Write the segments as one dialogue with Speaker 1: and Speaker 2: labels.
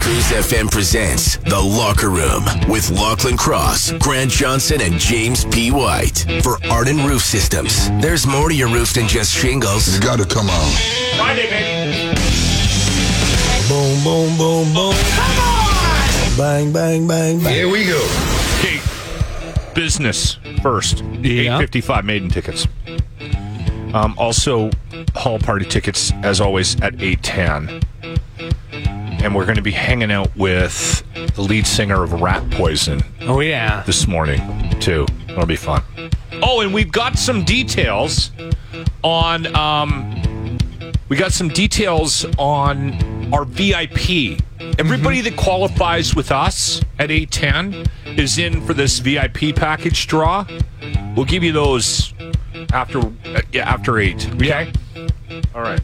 Speaker 1: Cruise FM presents The Locker Room with Lachlan Cross, Grant Johnson, and James P. White. For Arden Roof Systems, there's more to your roof than just shingles.
Speaker 2: You gotta come on.
Speaker 3: Friday, baby.
Speaker 4: Boom, boom, boom, boom. Bang, bang, bang, bang.
Speaker 2: Here we go.
Speaker 3: Okay, business first.
Speaker 5: Yeah.
Speaker 3: 855 maiden tickets. Um, also, hall party tickets, as always, at 810. And we're going to be hanging out with the lead singer of Rat Poison
Speaker 5: Oh yeah.
Speaker 3: this morning, too. It'll be fun. Oh, and we've got some details on. Um, we got some details on our VIP. Everybody that qualifies with us at 810 is in for this VIP package draw. We'll give you those after uh, yeah, after 8. Okay? All right.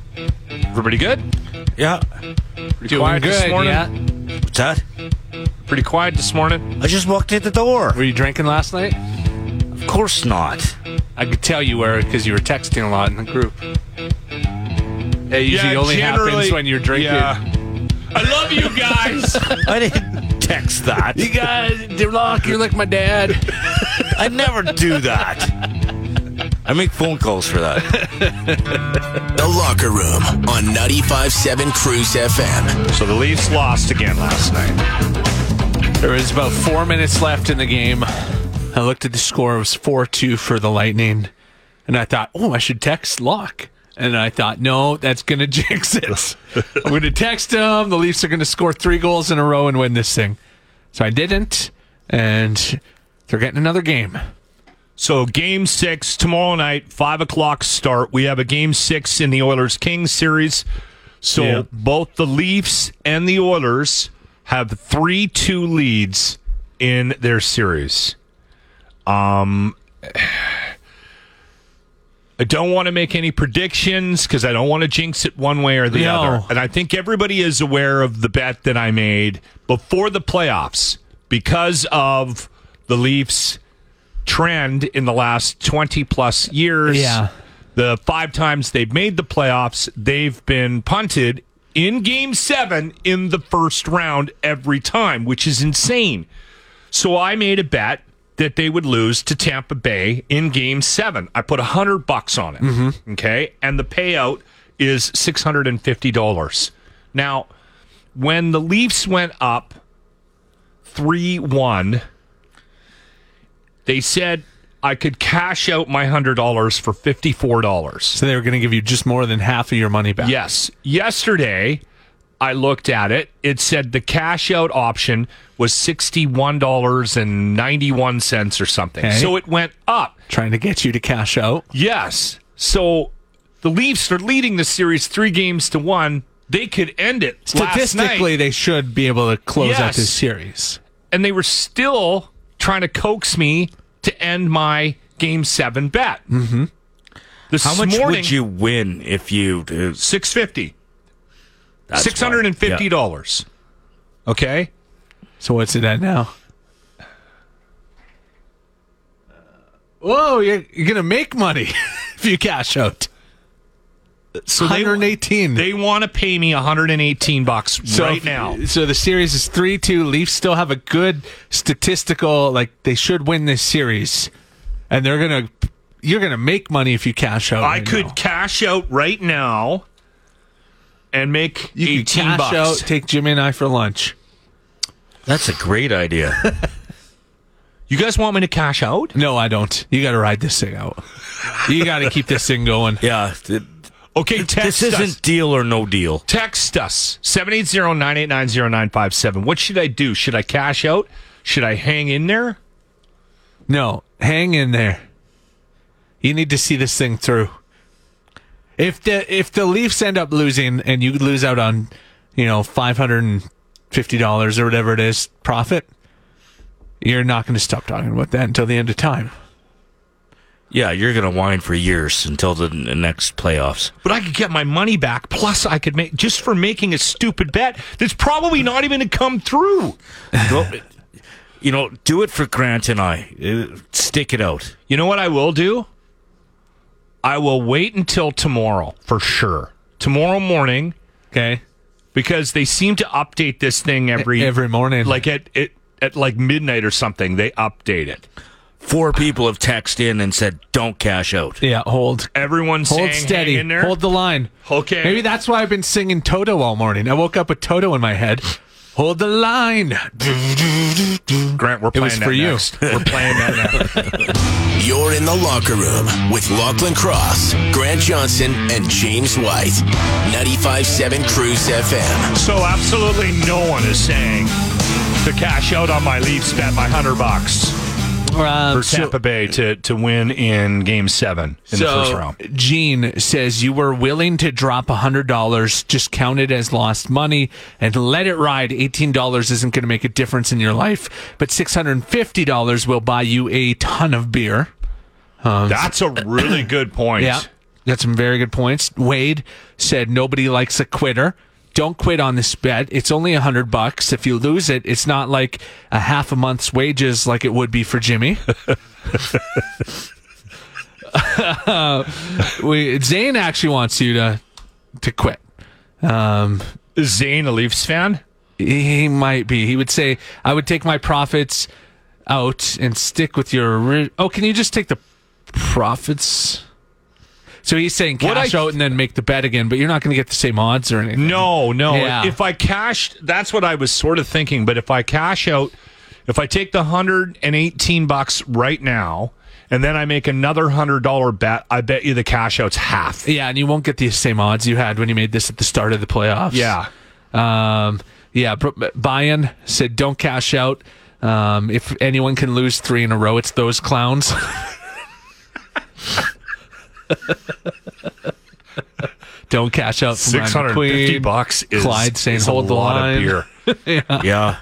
Speaker 3: Everybody good?
Speaker 4: Yeah.
Speaker 3: Pretty
Speaker 5: Doing
Speaker 3: quiet this
Speaker 5: good.
Speaker 3: morning?
Speaker 5: Yeah.
Speaker 4: What's that?
Speaker 3: Pretty quiet this morning?
Speaker 4: I just walked in the door.
Speaker 5: Were you drinking last night?
Speaker 4: Of course not.
Speaker 5: I could tell you were because you were texting a lot in the group. It usually only happens when you're drinking.
Speaker 3: Yeah. I love you guys.
Speaker 4: I didn't text that.
Speaker 5: You guys, you're like, you're like my dad.
Speaker 4: I never do that. I make phone calls for that.
Speaker 1: The Locker Room on 95.7 Cruise FM.
Speaker 3: So the Leafs lost again last night.
Speaker 5: There was about four minutes left in the game. I looked at the score. It was 4 2 for the Lightning. And I thought, oh, I should text Locke. And I thought, no, that's going to jinx it. I'm going to text him. The Leafs are going to score three goals in a row and win this thing. So I didn't. And they're getting another game.
Speaker 3: So game six tomorrow night, five o'clock start. We have a game six in the Oilers Kings series. So
Speaker 5: Yeah.
Speaker 3: both the Leafs and the Oilers have three two leads in their series. Um I don't want to make any predictions because I don't want to jinx it one way or the
Speaker 5: No.
Speaker 3: other. And I think everybody is aware of the bet that I made before the playoffs because of the Leafs trend in the last 20 plus years.
Speaker 5: Yeah.
Speaker 3: The five times they've made the playoffs, they've been punted in game seven in the first round every time, which is insane. So I made a bet that they would lose to Tampa Bay in game seven. I put 100 bucks on it. Okay. And the payout is $650. Now, when the Leafs went up 3 1, they said I could cash out my $100 for $54.
Speaker 5: So they were going to give you just more than half of your money back.
Speaker 3: Yes. Yesterday, I looked at it. It said the cash out option was $61.91 or something.
Speaker 5: Okay.
Speaker 3: So it went up.
Speaker 5: Trying to get you to cash out.
Speaker 3: Yes. So the Leafs are leading the series three games to one. They could end it last night,
Speaker 5: Statistically, they should be able to close out
Speaker 3: Yes.
Speaker 5: this series.
Speaker 3: and they were still trying to coax me to end my game seven bet. Mm-hmm. This
Speaker 6: How much
Speaker 3: morning,
Speaker 6: would you win if you do?
Speaker 3: Six fifty.
Speaker 6: That's
Speaker 3: Six hundred and
Speaker 6: why-
Speaker 3: fifty dollars. Okay.
Speaker 5: So what's it at now? Uh, Whoa, you're, you're gonna make money if you cash out.
Speaker 3: So they-
Speaker 5: 118.
Speaker 3: They want to pay me 118 bucks
Speaker 5: so
Speaker 3: right
Speaker 5: if-
Speaker 3: now.
Speaker 5: So the series is three two. Leafs still have a good statistical like they should win this series, and they're gonna you're gonna make money if you cash out.
Speaker 3: I
Speaker 5: right
Speaker 3: could
Speaker 5: now.
Speaker 3: cash out right now and make
Speaker 5: you
Speaker 3: 18
Speaker 5: could cash
Speaker 3: bucks.
Speaker 5: out. Take Jimmy and I for lunch.
Speaker 6: That's a great idea.
Speaker 3: you guys want me to cash out?
Speaker 5: No, I don't. You got to ride this thing out. you got to keep this thing going.
Speaker 6: yeah. th-
Speaker 3: Okay, text
Speaker 6: this isn't
Speaker 3: us.
Speaker 6: deal or no deal.
Speaker 3: Text us 780-989-0957. What should I do? Should I cash out? Should I hang in there?
Speaker 5: No, hang in there. You need to see this thing through. If the if the Leafs end up losing and you lose out on, you know, five hundred and fifty $50 or whatever it is profit, you're not going to stop talking about that until the end of time.
Speaker 6: Yeah, you're going to whine for years until the the next playoffs.
Speaker 3: But I could get my money back. Plus, I could make just for making a stupid bet that's probably not even to come through.
Speaker 6: Go, you know, do it for Grant and I. Uh, Stick it out.
Speaker 3: You know what I will do? I will wait until tomorrow for sure. Tomorrow morning,
Speaker 5: Okay.
Speaker 3: because they seem to update this thing every
Speaker 5: E-, Every morning.
Speaker 3: like at it at like midnight or something. They update it.
Speaker 6: Four people have texted in and said, don't cash out.
Speaker 5: yeah, hold.
Speaker 3: Everyone's
Speaker 5: Hold
Speaker 3: saying, "Hang
Speaker 5: steady.
Speaker 3: in there.
Speaker 5: Hold the line.
Speaker 3: Okay.
Speaker 5: Maybe that's why I've been singing Toto all morning. I woke up with Toto in my head. Hold the line.
Speaker 3: Grant, we're
Speaker 5: It
Speaker 3: playing
Speaker 5: was
Speaker 3: that
Speaker 5: for you.
Speaker 3: next. We're playing that next.
Speaker 1: You're in the locker room with Lachlan Cross, Grant Johnson, and James White. 95.7 Cruise FM.
Speaker 3: So absolutely no one is saying to cash out on my Leafs bet my hundred bucks
Speaker 5: Um,
Speaker 3: for Tampa Bay to, to win in Game Seven in the first round.
Speaker 5: Gene says you were willing to drop $100, just count it as lost money and let it ride. $18 isn't going to make a difference in your life, but $650 will buy you a ton of beer.
Speaker 3: That's a really good point.
Speaker 5: Yeah. Got some very good points. Wade said nobody likes a quitter. Don't quit on this bet. It's only a hundred bucks. If you lose it, it's not like a half a month's wages like it would be for Jimmy. Uh, we, Zane actually wants you to to quit. Um,
Speaker 3: Is Zane a Leafs fan?
Speaker 5: he might be. He would say, "I would take my profits out and stick with your." ori- Oh, can you just take the profits? So he's saying
Speaker 3: What
Speaker 5: cash
Speaker 3: I-
Speaker 5: out and then make the bet again, but you're not going to get the same odds or anything.
Speaker 3: No, no.
Speaker 5: Yeah.
Speaker 3: If I cashed, that's what I was sort of thinking. But if I cash out, if I take the hundred and eighteen bucks right now, and then I make another hundred dollar bet, I bet you the cash out's half.
Speaker 5: Yeah, and you won't get the same odds you had when you made this at the start of the playoffs.
Speaker 3: Yeah.
Speaker 5: Um, yeah. Buy-in said, "Don't cash out." Um, if anyone can lose three in a row, it's those clowns. Don't cash out. from Ryan
Speaker 3: Six hundred fifty
Speaker 5: McQueen.
Speaker 3: bucks is
Speaker 5: Clyde saying,
Speaker 3: is
Speaker 5: "Hold
Speaker 3: a
Speaker 5: the
Speaker 3: lot
Speaker 5: line."
Speaker 3: of beer.
Speaker 6: Yeah.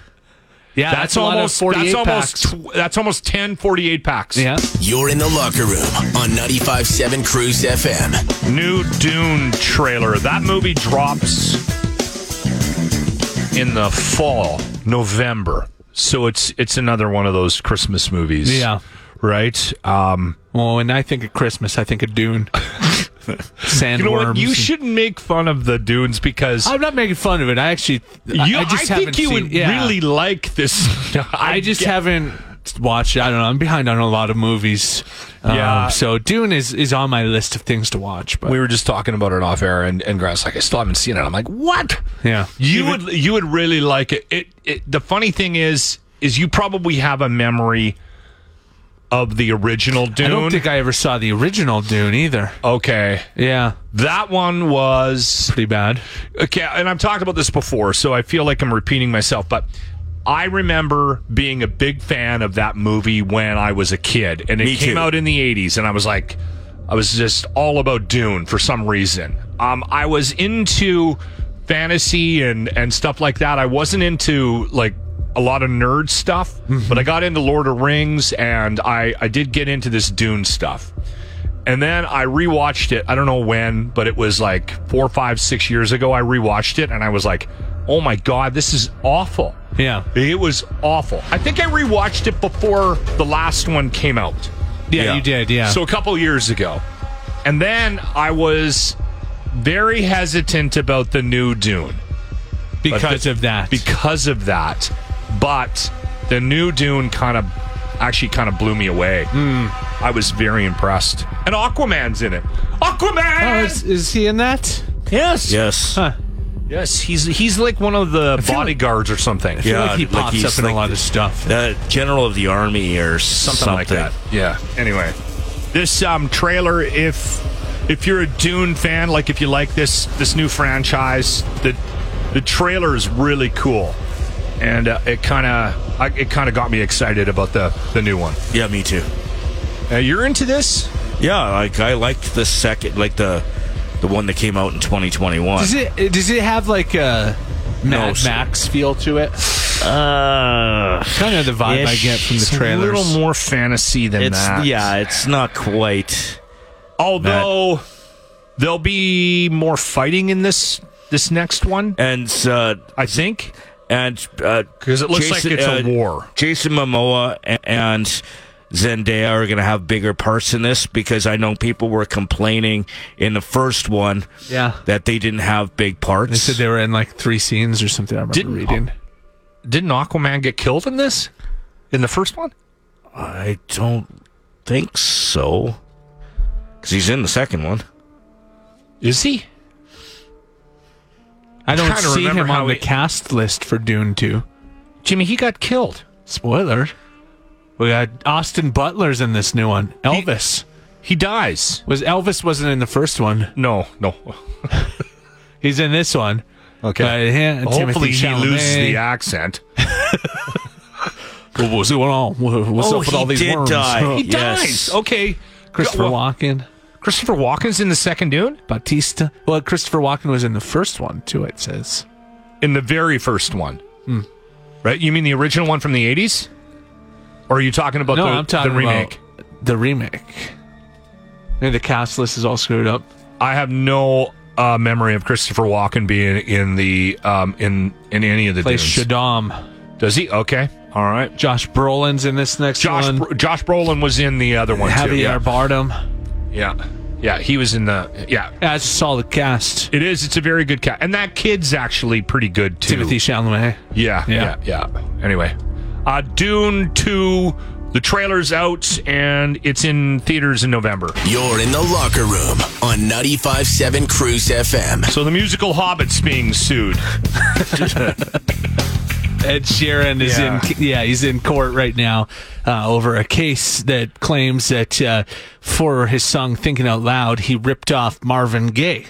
Speaker 5: Yeah,
Speaker 3: That's, almost that's almost tw- that's almost 10 48 packs.
Speaker 5: yeah.
Speaker 1: You're in the locker room on 95.7 Cruise FM.
Speaker 3: New Dune trailer. That movie drops in the fall, November. So it's it's another one of those Christmas movies.
Speaker 5: Yeah.
Speaker 3: Right? Um
Speaker 5: Well, when I think of Christmas, I think of Dune. Sandworms.
Speaker 3: you know what? You
Speaker 5: and-
Speaker 3: shouldn't make fun of the Dunes because
Speaker 5: I'm not making fun of it. I actually,
Speaker 3: you,
Speaker 5: I just
Speaker 3: think
Speaker 5: haven't
Speaker 3: you
Speaker 5: seen-
Speaker 3: would
Speaker 5: yeah.
Speaker 3: really like this.
Speaker 5: I just
Speaker 3: get-
Speaker 5: haven't watched. it. I don't know. I'm behind on a lot of movies. Um,
Speaker 3: Yeah.
Speaker 5: So Dune is is on my list of things to watch. But
Speaker 3: we were just talking about it off air, and, and Grant's like, I still haven't seen it. I'm like, what?
Speaker 5: yeah,
Speaker 3: You would you would really like it. It, it. The funny thing is, is you probably have a memory of the original Dune.
Speaker 5: I don't think I ever saw the original Dune either.
Speaker 3: okay,
Speaker 5: Yeah,
Speaker 3: that one was
Speaker 5: pretty bad.
Speaker 3: okay. And I've talked about this before, so I feel like I'm repeating myself, but. I remember being a big fan of that movie when I was a kid, and it
Speaker 6: Me
Speaker 3: came
Speaker 6: too.
Speaker 3: out in the '80s, and I was like, I was just all about Dune for some reason. Um, I was into fantasy and and stuff like that. I wasn't into like a lot of nerd stuff,
Speaker 6: Mm-hmm.
Speaker 3: but I got into Lord of Rings, and I I did get into this Dune stuff. And then I rewatched it. I don't know when, but it was like four, five, six years ago. I rewatched it, and I was like, "Oh my god, this is awful."
Speaker 5: Yeah.
Speaker 3: It was awful. I think I rewatched it before the last one came out.
Speaker 5: Yeah, you did. Yeah.
Speaker 3: So a couple years ago. And then I was very hesitant about the new Dune
Speaker 5: because
Speaker 3: the-
Speaker 5: of that.
Speaker 3: because of that. But the new Dune kind of actually kind of blew me away.
Speaker 5: Hmm.
Speaker 3: I was very impressed. And Aquaman's in it.
Speaker 5: oh,
Speaker 3: Aquaman.
Speaker 5: is, is he in that?
Speaker 3: yes.
Speaker 6: Yes.
Speaker 5: Huh.
Speaker 3: Yes, he's he's like one of the bodyguards or something.
Speaker 5: I feel like he
Speaker 6: like
Speaker 5: pops
Speaker 6: he's
Speaker 5: up in
Speaker 6: like
Speaker 5: a lot of stuff.
Speaker 6: The general of the army or something,
Speaker 3: something, like that. Yeah. Anyway, this um, trailer, if if you're a Dune fan, like if you like this this new franchise, the the trailer is really cool, and uh, it kind of it kind of got me excited about the the new one.
Speaker 6: Yeah, me too.
Speaker 3: Uh, you're into this?
Speaker 6: Yeah, like I liked the second, like the the one that came out in 2021.
Speaker 5: Does it does it have like a Mad
Speaker 6: sir.
Speaker 5: Max feel to it.
Speaker 6: Uh,
Speaker 5: Kind of the vibe I
Speaker 6: ish.
Speaker 5: get from the
Speaker 6: It's a
Speaker 3: A
Speaker 5: trailers.
Speaker 3: little more fantasy than
Speaker 6: it's
Speaker 3: that.
Speaker 6: yeah, it's not quite.
Speaker 3: Although there'll be more fighting in this this next one,
Speaker 6: And uh,
Speaker 3: I think.
Speaker 6: and uh,
Speaker 3: 'Cause it looks like it's a war.
Speaker 6: Jason Momoa a- and Zendaya are going to have bigger parts in this because I know people were complaining in the first one
Speaker 5: Yeah.
Speaker 6: that they didn't have big parts.
Speaker 5: They said they were in like three scenes or something. I remember
Speaker 3: Didn't-
Speaker 5: reading.
Speaker 3: Didn't Aquaman get killed in this? In the first one?
Speaker 6: I don't think so because he's in the second one.
Speaker 3: Is he?
Speaker 5: I don't
Speaker 3: trying to
Speaker 5: see
Speaker 3: remember
Speaker 5: him
Speaker 3: how
Speaker 5: on the
Speaker 3: he-
Speaker 5: cast list for Dune 2.
Speaker 3: Jimmy, he got killed.
Speaker 5: Spoiler. We got Austin Butler's in this new one. Elvis.
Speaker 3: He dies.
Speaker 5: was Elvis wasn't in the first one.
Speaker 3: No, no.
Speaker 5: He's in this one. Uh, Okay.
Speaker 3: Hopefully he loses the accent.
Speaker 5: What was going on? What- What's
Speaker 6: Oh,
Speaker 5: up with
Speaker 6: he
Speaker 5: all these
Speaker 6: did
Speaker 5: worms?
Speaker 6: die.
Speaker 3: He
Speaker 6: Yes.
Speaker 3: dies. Okay.
Speaker 5: Christopher
Speaker 3: Well,
Speaker 5: Walken,
Speaker 3: Christopher Walken's in the second Dune?
Speaker 5: Batista. Well, Christopher Walken was in the first one too. It says.
Speaker 3: In the very first one. Right? You mean the original one from the 80s? Or are you talking about
Speaker 5: no,
Speaker 3: the,
Speaker 5: I'm talking
Speaker 3: the remake?
Speaker 5: about the remake. And the cast list is all screwed up.
Speaker 3: I have no uh, memory of Christopher Walken being in the um, in in any of the
Speaker 5: Plays
Speaker 3: Dunes.
Speaker 5: Shaddam.
Speaker 3: Does he? Okay, all right.
Speaker 5: Josh Brolin's in this next
Speaker 3: Josh
Speaker 5: one.
Speaker 3: Bro- Josh Brolin was in the other one too.
Speaker 5: Javier
Speaker 3: Yeah.
Speaker 5: Bardem.
Speaker 3: yeah, yeah, he was in the yeah.
Speaker 5: Yeah, it's a solid cast.
Speaker 3: It is. It's a very good cat, and that kid's actually pretty good too.
Speaker 5: Timothy Chalamet.
Speaker 3: Yeah, yeah,
Speaker 5: Yeah.
Speaker 3: yeah. Anyway, uh, Dune two. The trailer's out, and it's in theaters in November.
Speaker 1: You're in the locker room on 95.7 Cruise FM.
Speaker 3: So the musical Hobbit's being sued.
Speaker 5: Ed Sheeran is
Speaker 3: Yeah.
Speaker 5: in yeah he's in court right now uh, over a case that claims that uh, for his song "Thinking Out Loud" he ripped off Marvin Gaye.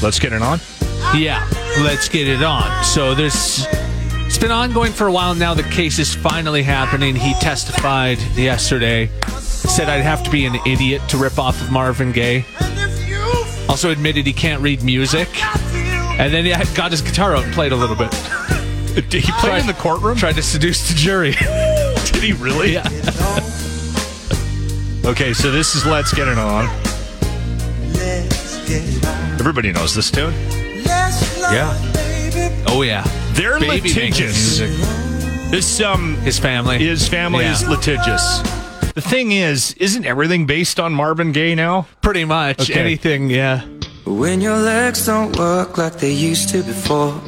Speaker 3: Let's get it on.
Speaker 5: Yeah, let's get it on. So there's it's been ongoing for a while now. The case is finally happening. He testified yesterday, said I'd have to be an idiot to rip off of Marvin Gaye. Also admitted he can't read music, and then he got his guitar out and played a little bit.
Speaker 3: Did he play in the courtroom?
Speaker 5: Tried to seduce the jury.
Speaker 3: Did he really?
Speaker 5: Yeah.
Speaker 3: okay, so this is Let's Get It On. Everybody knows this tune.
Speaker 6: Yeah,
Speaker 5: Oh yeah.
Speaker 3: They're
Speaker 5: Baby making
Speaker 3: litigious. This um
Speaker 5: His family.
Speaker 3: his family
Speaker 5: Yeah.
Speaker 3: is litigious. The thing is, isn't everything based on Marvin Gaye now?
Speaker 5: Pretty much
Speaker 3: Okay.
Speaker 5: anything, yeah.
Speaker 2: When your legs don't work like they used to before,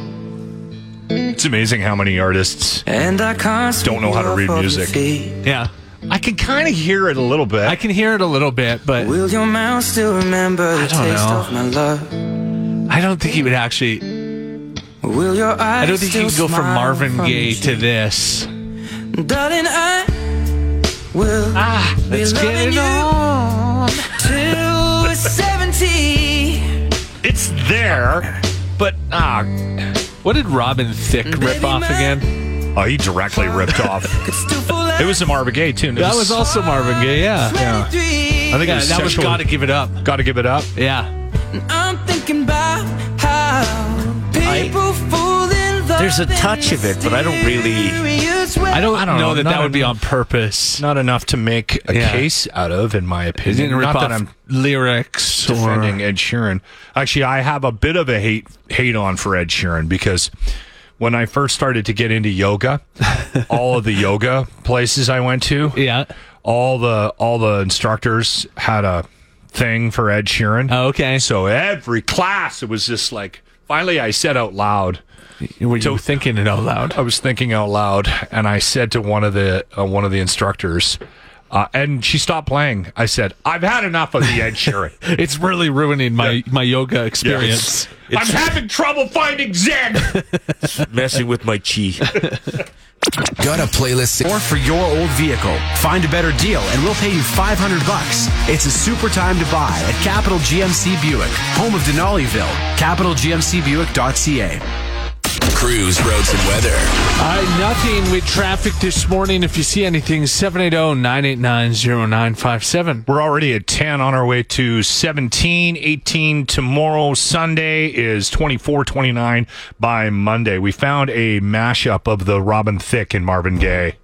Speaker 3: It's amazing how many artists.
Speaker 2: and I constantly
Speaker 3: Don't know how to
Speaker 2: love
Speaker 3: read
Speaker 2: all your
Speaker 3: music.
Speaker 2: feet.
Speaker 5: Yeah.
Speaker 3: I can kind of hear it a little bit.
Speaker 5: I can hear it a little bit, but
Speaker 2: Will your mouth still remember the
Speaker 5: I don't
Speaker 2: taste
Speaker 5: know.
Speaker 2: of my love?
Speaker 5: I don't think he would actually.
Speaker 2: Will your eyes
Speaker 5: I don't think you
Speaker 2: still
Speaker 5: can go from
Speaker 2: smile
Speaker 5: Marvin
Speaker 2: from
Speaker 5: Gaye
Speaker 2: the
Speaker 5: to this.
Speaker 2: tree? Darling, I will
Speaker 5: Ah, let's
Speaker 2: loving
Speaker 5: get it
Speaker 2: you.
Speaker 5: on.
Speaker 2: till we're 70.
Speaker 3: it's there, but ah,
Speaker 5: What did Robin Thicke rip
Speaker 2: Baby
Speaker 5: off
Speaker 2: man.
Speaker 5: again?
Speaker 3: oh, he directly ripped off.
Speaker 2: Could still fall
Speaker 3: It was a Marvin Gaye tune. It
Speaker 5: That was also Marvin Gaye, yeah.
Speaker 2: at 23.
Speaker 3: I think it
Speaker 5: Yeah,
Speaker 3: was
Speaker 5: that was
Speaker 3: sexual-
Speaker 5: Gotta Give It Up.
Speaker 3: gotta give it up.
Speaker 5: Yeah.
Speaker 2: I'm thinking about how people fall in love.
Speaker 6: there's a touch of it, but I don't really-
Speaker 5: I don't,
Speaker 3: I don't
Speaker 5: know,
Speaker 3: know,
Speaker 5: that
Speaker 3: not
Speaker 5: that would be
Speaker 3: enough.
Speaker 5: on purpose.
Speaker 3: Not enough to make a
Speaker 5: Yeah.
Speaker 3: case out of, in my
Speaker 5: He
Speaker 3: opinion.
Speaker 5: didn't rip
Speaker 3: Not
Speaker 5: off
Speaker 3: that I'm
Speaker 5: lyrics
Speaker 3: defending
Speaker 5: or.
Speaker 3: Ed Sheeran. Actually, I have a bit of a hate hate on for Ed Sheeran because when I first started to get into yoga, all of the yoga places I went to,
Speaker 5: Yeah.
Speaker 3: all the all the instructors had a thing for Ed Sheeran.
Speaker 5: Oh, okay.
Speaker 3: So every class, it was just like finally I said out loud.
Speaker 5: Were you thinking it out loud?
Speaker 3: I was thinking out loud, and I said to one of the uh, one of the instructors. Uh, and she stopped playing. I said, "I've had enough of the Ed Sheeran."
Speaker 5: It's really ruining my, my yoga experience.
Speaker 3: I'm having trouble finding Zen.
Speaker 6: messing with my chi.
Speaker 1: Got a playlist?
Speaker 7: or for your old vehicle. Find a better deal and we'll pay you 500 bucks. It's a super time to buy at Capital GMC Buick, home of Denaliville. CapitalGMCBuick.ca.
Speaker 1: Cruise roads and weather.
Speaker 5: Uh, nothing with traffic this morning. If you see anything, 780 989 0957.
Speaker 3: We're already at 10 on our way to 17, 18 tomorrow. Sunday is 24, 29 by Monday. We found a mashup of the Robin Thicke and Marvin Gaye.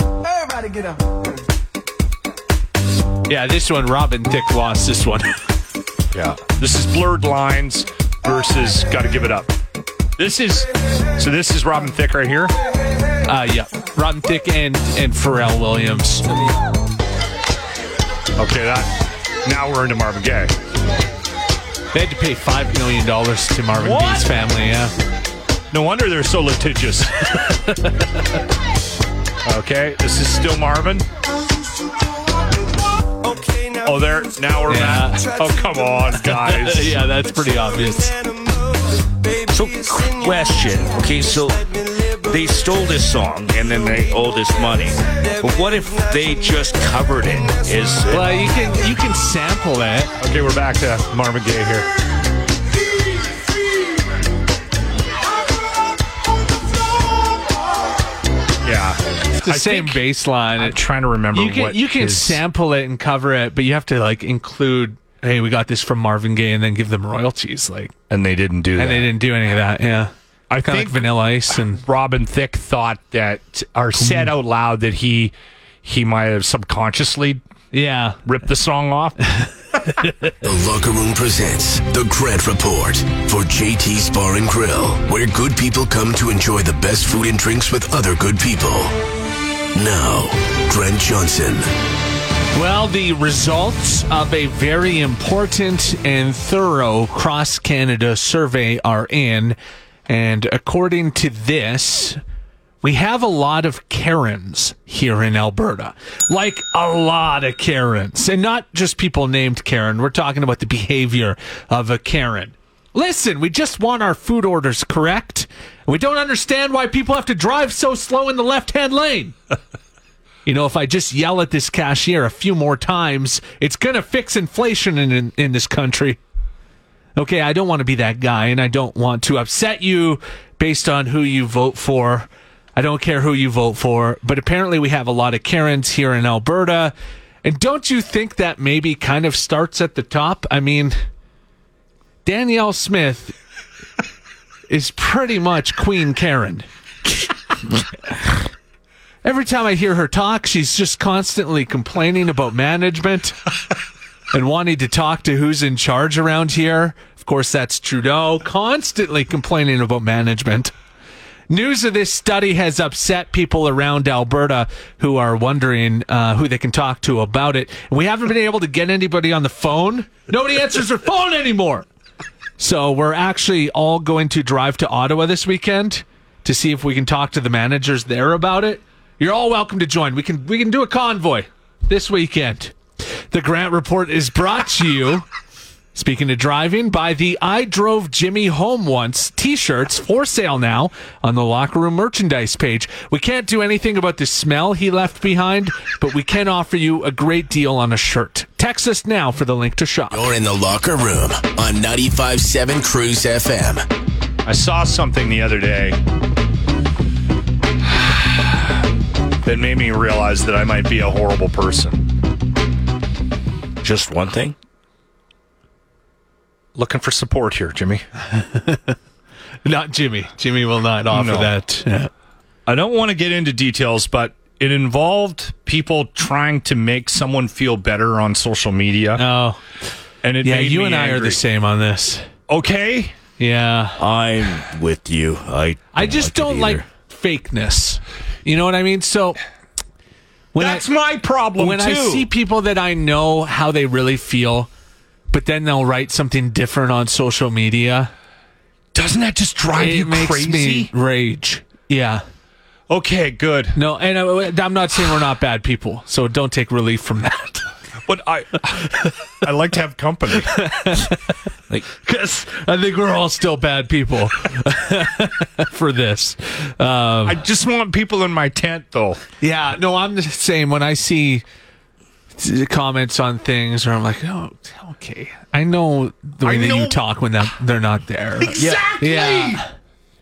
Speaker 2: Everybody get up.
Speaker 5: Yeah, this one, Robin Dick lost this one.
Speaker 3: Yeah. This is Blurred Lines versus Gotta Give It Up. This is, so this is Robin Thicke right here.
Speaker 5: Uh, yeah, Robin Dick and, and Pharrell Williams.
Speaker 3: Okay, that, now we're into Marvin Gaye.
Speaker 5: They had to pay $5 million to Marvin
Speaker 3: What?
Speaker 5: Gaye's family, yeah.
Speaker 3: No wonder they're so litigious. okay, this is still Marvin.
Speaker 2: Okay, now.
Speaker 3: Oh, there, now we're
Speaker 5: Yeah.
Speaker 3: back. Oh, come on, guys.
Speaker 5: yeah, that's pretty obvious.
Speaker 6: So, question. Okay, so they stole this song and then they owe this money. But what if they just covered it? Is
Speaker 5: Well, you can you can sample it.
Speaker 3: Okay, we're back to Marvin Gaye here. Yeah.
Speaker 5: It's the same
Speaker 3: think-
Speaker 5: bass line.
Speaker 3: I'm
Speaker 5: It-
Speaker 3: trying to remember
Speaker 5: you can
Speaker 3: what
Speaker 5: you can
Speaker 3: his-
Speaker 5: sample it and cover it, but you have to like include. Hey, we got this from Marvin Gaye, and then give them royalties. Like,
Speaker 3: And they didn't do that.
Speaker 5: and they didn't do any of that. Yeah,
Speaker 3: I
Speaker 5: kind of
Speaker 3: think
Speaker 5: like Vanilla Ice and
Speaker 3: Robin Thicke thought that, or said out loud that he he might have subconsciously
Speaker 5: yeah.
Speaker 3: ripped the song off.
Speaker 1: The Locker Room presents The Grant Report for JT's Bar and Grill, where good people come to enjoy the best food and drinks with other good people. Now, Grant Johnson.
Speaker 5: Well, the results of a very important and thorough cross Canada survey are in, and according to this, we have a lot of Karens here in Alberta. Like a lot of Karens. And not just people named Karen. We're talking about the behavior of a Karen. Listen, we just want our food orders correct. We don't understand why people have to drive so slow in the left hand lane. you know, if I just yell at this cashier a few more times, it's going to fix inflation in, in, in this country. Okay, I don't want to be that guy, and I don't want to upset you based on who you vote for. I don't care who you vote for, but apparently we have a lot of Karens here in Alberta. And don't you think that maybe kind of starts at the top? I mean, Danielle Smith is pretty much Queen Karen. Every time I hear her talk, she's just constantly complaining about management and wanting to talk to who's in charge around here. Of course, that's Trudeau, constantly complaining about management. News of this study has upset people around Alberta who are wondering uh, who they can talk to about it. And we haven't been able to get anybody on the phone. Nobody answers their phone anymore. So we're actually all going to drive to Ottawa this weekend to see if we can talk to the managers there about it. You're all welcome to join. We can we can do a convoy this weekend. The Grant Report is brought to you. Speaking of driving, by the I Drove Jimmy Home Once t shirts for sale now on the locker room merchandise page. We can't do anything about the smell he left behind, but we can offer you a great deal on a shirt. Text us now for the link to shop.
Speaker 1: You're in the locker room on 95.7 Cruise FM.
Speaker 3: I saw something the other day that made me realize that I might be a horrible person.
Speaker 6: just one thing?
Speaker 3: Looking for support here, Jimmy.
Speaker 5: Not Jimmy. Jimmy will not offer
Speaker 3: No.
Speaker 5: that. Yeah.
Speaker 3: I don't want to get into details, but it involved people trying to make someone feel better on social media,
Speaker 5: Oh,
Speaker 3: and it
Speaker 5: yeah.
Speaker 3: made
Speaker 5: You
Speaker 3: me
Speaker 5: and I are
Speaker 3: angry.
Speaker 5: the same on this.
Speaker 3: Okay,
Speaker 5: Yeah.
Speaker 6: I'm with you. I
Speaker 5: I just
Speaker 6: it
Speaker 5: don't like
Speaker 6: either.
Speaker 5: fakeness. You know what I mean? So when
Speaker 3: that's my problem
Speaker 5: when
Speaker 3: too.
Speaker 5: I see people that I know how they really feel, but then they'll write something different on social media,
Speaker 3: Doesn't that just drive
Speaker 5: it
Speaker 3: you
Speaker 5: makes
Speaker 3: crazy?
Speaker 5: me rage. Yeah.
Speaker 3: Okay, good.
Speaker 5: No, and I, I'm not saying we're not bad people, so don't take relief from that.
Speaker 3: But I, I like to have company.
Speaker 5: Because I think we're all still bad people for this. Um,
Speaker 3: I just want people in my tent, though.
Speaker 5: Yeah, no, I'm the same. When I see t- comments on things, where I'm like, oh, okay, I know the way that
Speaker 3: know-
Speaker 5: you talk when that they're not there.
Speaker 3: Exactly.
Speaker 5: Yeah.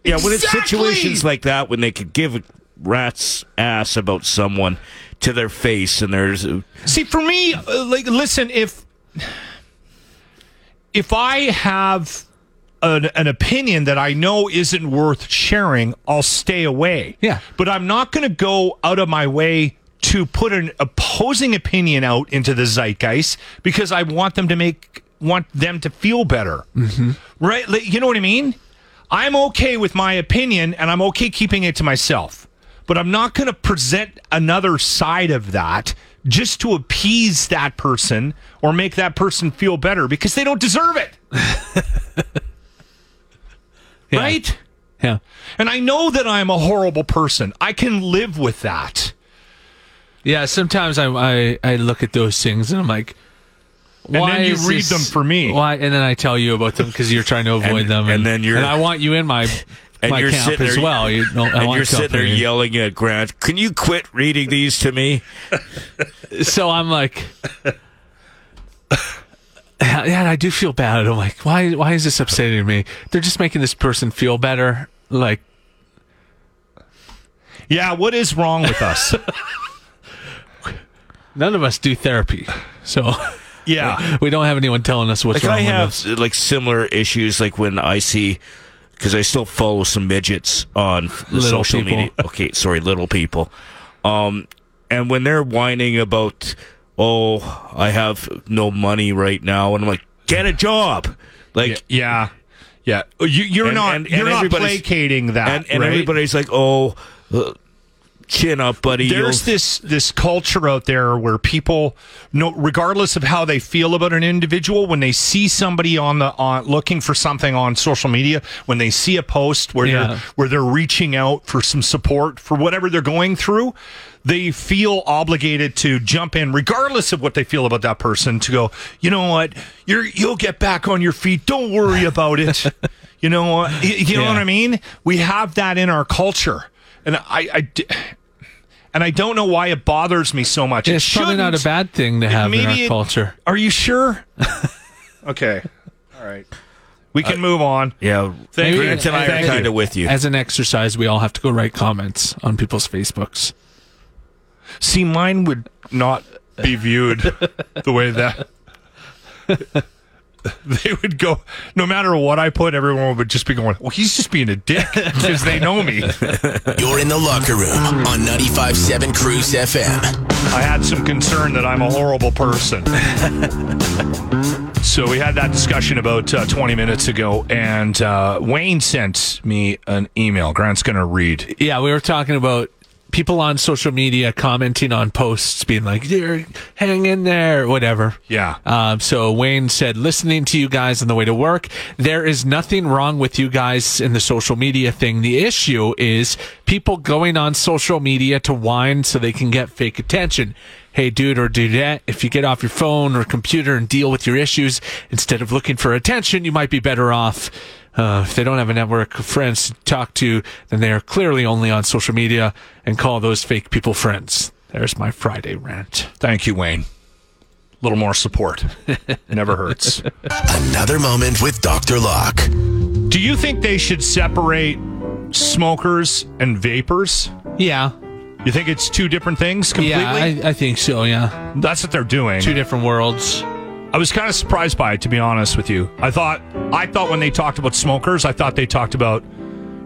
Speaker 6: Yeah, when it's
Speaker 3: Exactly!
Speaker 6: situations like that, when they could give a rat's ass about someone to their face, and there's uh,
Speaker 3: See, for me, uh, like, listen, if if I have an, an opinion that I know isn't worth sharing, I'll stay away.
Speaker 5: Yeah.
Speaker 3: but I'm not going to go out of my way to put an opposing opinion out into the zeitgeist because I want them to make want them to feel better. Mm-hmm. Right? Like, You know what I mean? I'm okay with my opinion and I'm okay keeping it to myself. But I'm not going to present another side of that just to appease that person or make that person feel better because they don't deserve it. Right?
Speaker 5: Yeah.
Speaker 3: And I know that I'm a horrible person. I can live with that.
Speaker 5: Yeah. Sometimes I, I, I look at those things and I'm like,
Speaker 3: then
Speaker 5: why
Speaker 3: you
Speaker 5: is
Speaker 3: read
Speaker 5: this-
Speaker 3: them for me.
Speaker 5: Why? And then I tell you about them because you're trying to avoid them.
Speaker 6: and then you're-
Speaker 5: and I want you in my
Speaker 6: and
Speaker 5: my
Speaker 6: you're
Speaker 5: camp
Speaker 6: sitting
Speaker 5: as
Speaker 6: there-
Speaker 5: well. You know, I
Speaker 6: and
Speaker 5: want
Speaker 6: you're sitting there
Speaker 5: company.
Speaker 6: yelling at Grant, "Can you quit reading these to me?"
Speaker 5: so I'm like, yeah, and I do feel bad. I'm like, why? Why is this upsetting me? They're just making this person feel better. Like,
Speaker 3: Yeah, what is wrong with us?
Speaker 5: none of us do therapy, so
Speaker 3: yeah.
Speaker 5: we don't have anyone telling us what's
Speaker 6: Like
Speaker 5: wrong
Speaker 6: I
Speaker 5: with
Speaker 6: have
Speaker 5: us.
Speaker 6: uh, like similar issues, like when I see. Because I still follow some midgets on f- the
Speaker 5: Little
Speaker 6: social
Speaker 5: people.
Speaker 6: media. Okay, sorry, little people. Um, and when they're whining about, oh, I have no money right now, and I'm like, get a job. Like,
Speaker 3: Yeah. Yeah. You, you're
Speaker 6: And-
Speaker 3: not
Speaker 6: and-
Speaker 3: you're
Speaker 6: and
Speaker 3: not
Speaker 6: everybody's-
Speaker 3: placating that.
Speaker 6: and, and
Speaker 3: right?
Speaker 6: everybody's like, "Oh, uh, chin up, buddy."
Speaker 3: there's
Speaker 6: You'll-
Speaker 3: this this culture out there where people no regardless of how they feel about an individual when they see somebody on the on looking for something on social media when they see a post where
Speaker 5: Yeah.
Speaker 3: they're where they're reaching out for some support for whatever they're going through they feel obligated to jump in regardless of what they feel about that person to go you know what you're you'll get back on your feet don't worry about it you know you, you know
Speaker 5: Yeah.
Speaker 3: what i mean we have that in our culture and i i d- and I don't know why it bothers me so much. It
Speaker 5: It's probably not a
Speaker 3: shouldn't.
Speaker 5: bad thing to
Speaker 3: It-
Speaker 5: have in our
Speaker 3: maybe it-
Speaker 5: culture.
Speaker 3: Are you sure? okay. All right. Uh, We can move on.
Speaker 6: yeah.
Speaker 3: Thank you.
Speaker 6: Grant and I
Speaker 3: Thank
Speaker 6: are
Speaker 3: you.
Speaker 6: kind of with you.
Speaker 5: As an exercise, we all have to go write comments on people's Facebooks.
Speaker 3: See, mine would not be viewed the way that they would go. No matter what I put, everyone would just be going, "Well, he's just being a dick because they know me."
Speaker 1: You're in the locker room on 95.7 Cruise FM.
Speaker 3: I had some concern that I'm a horrible person. so we had that discussion about uh, 20 minutes ago, and uh, Wayne sent me an email. Grant's going to read.
Speaker 5: Yeah, we were talking about people on social media commenting on posts, being like, "You're hang in there," whatever.
Speaker 3: Yeah.
Speaker 5: Um, so Wayne said, listening to you guys on the way to work, there is nothing wrong with you guys in the social media thing. The issue is people going on social media to whine so they can get fake attention. Hey, dude or dudette, if you get off your phone or computer and deal with your issues instead of looking for attention, you might be better off. Uh, if they don't have a network of friends to talk to, then they are clearly only on social media and call those fake people friends. There's my Friday rant.
Speaker 3: Thank you, Wayne. A little more support. Never hurts.
Speaker 1: Another moment with Dr. Locke.
Speaker 3: Do you think they should separate smokers and vapors?
Speaker 5: Yeah.
Speaker 3: You think it's two different things completely?
Speaker 5: Yeah, I, I think so. Yeah,
Speaker 3: That's what they're doing.
Speaker 5: two different worlds.
Speaker 3: I was kind of surprised by it, to be honest with you. I thought, I thought when they talked about smokers, I thought they talked about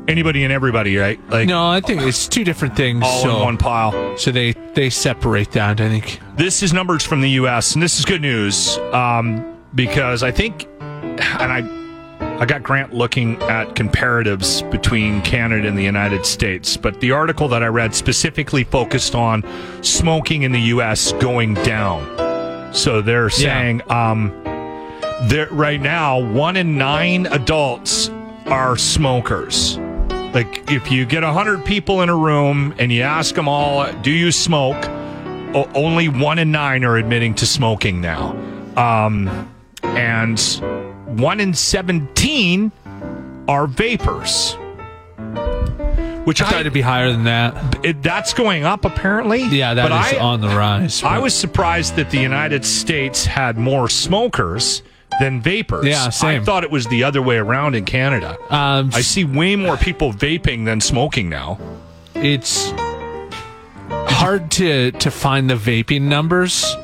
Speaker 3: anybody and everybody, right? Like
Speaker 5: No, I think it's two different things.
Speaker 3: all
Speaker 5: so,
Speaker 3: in one pile.
Speaker 5: so they they separate that. I think.
Speaker 3: This is numbers from the U.S. and this is good news um, because I think, and I, I got Grant looking at comparatives between Canada and the United States, but the article that I read specifically focused on smoking in the U.S. going down. So they're saying um, that right now one in nine adults are smokers. Like if you get hundred people in a room and you ask them all, "Do you smoke?" o- only one in nine are admitting to smoking now. Um, and one in 17 are vapors. Which
Speaker 5: I thought
Speaker 3: I,
Speaker 5: it'd be higher than that.
Speaker 3: it, that's going up apparently.
Speaker 5: Yeah, that is
Speaker 3: but I,
Speaker 5: on the rise.
Speaker 3: I
Speaker 5: but-
Speaker 3: was surprised that the United States had more smokers than vapors.
Speaker 5: Yeah, same.
Speaker 3: I thought it was the other way around in Canada.
Speaker 5: Um,
Speaker 3: I see way more people vaping than smoking now.
Speaker 5: it's hard to to find the vaping numbers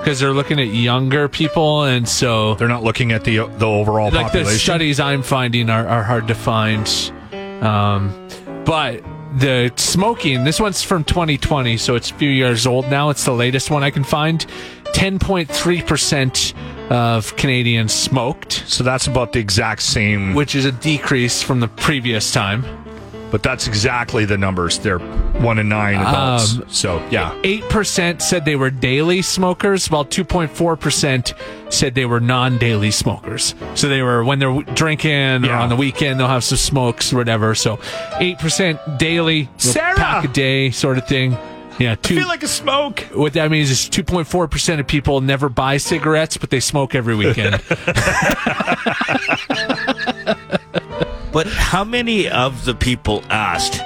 Speaker 5: because they're looking at younger people, and so
Speaker 3: They're not looking at the the overall
Speaker 5: like
Speaker 3: population.
Speaker 5: the studies I'm finding are, are hard to find. Um, but the smoking, this one's from 2020, so it's a few years old now. It's the latest one I can find. 10.3% of Canadians smoked,
Speaker 3: so that's about the exact same.
Speaker 5: which is a decrease from the previous time.
Speaker 3: But that's exactly the numbers. They're one in nine adults.
Speaker 5: Um,
Speaker 3: so yeah,
Speaker 5: 8% said they were daily smokers, while 2.4% said they were non daily smokers. So they were, when they're drinking or
Speaker 3: Yeah.
Speaker 5: on the weekend, they'll have some smokes or whatever. So 8% daily, little
Speaker 3: Sarah!
Speaker 5: pack a day sort of thing. Yeah, two.
Speaker 3: like a smoke.
Speaker 5: what that means is 2.4% of people never buy cigarettes, but they smoke every weekend.
Speaker 6: But how many of the people asked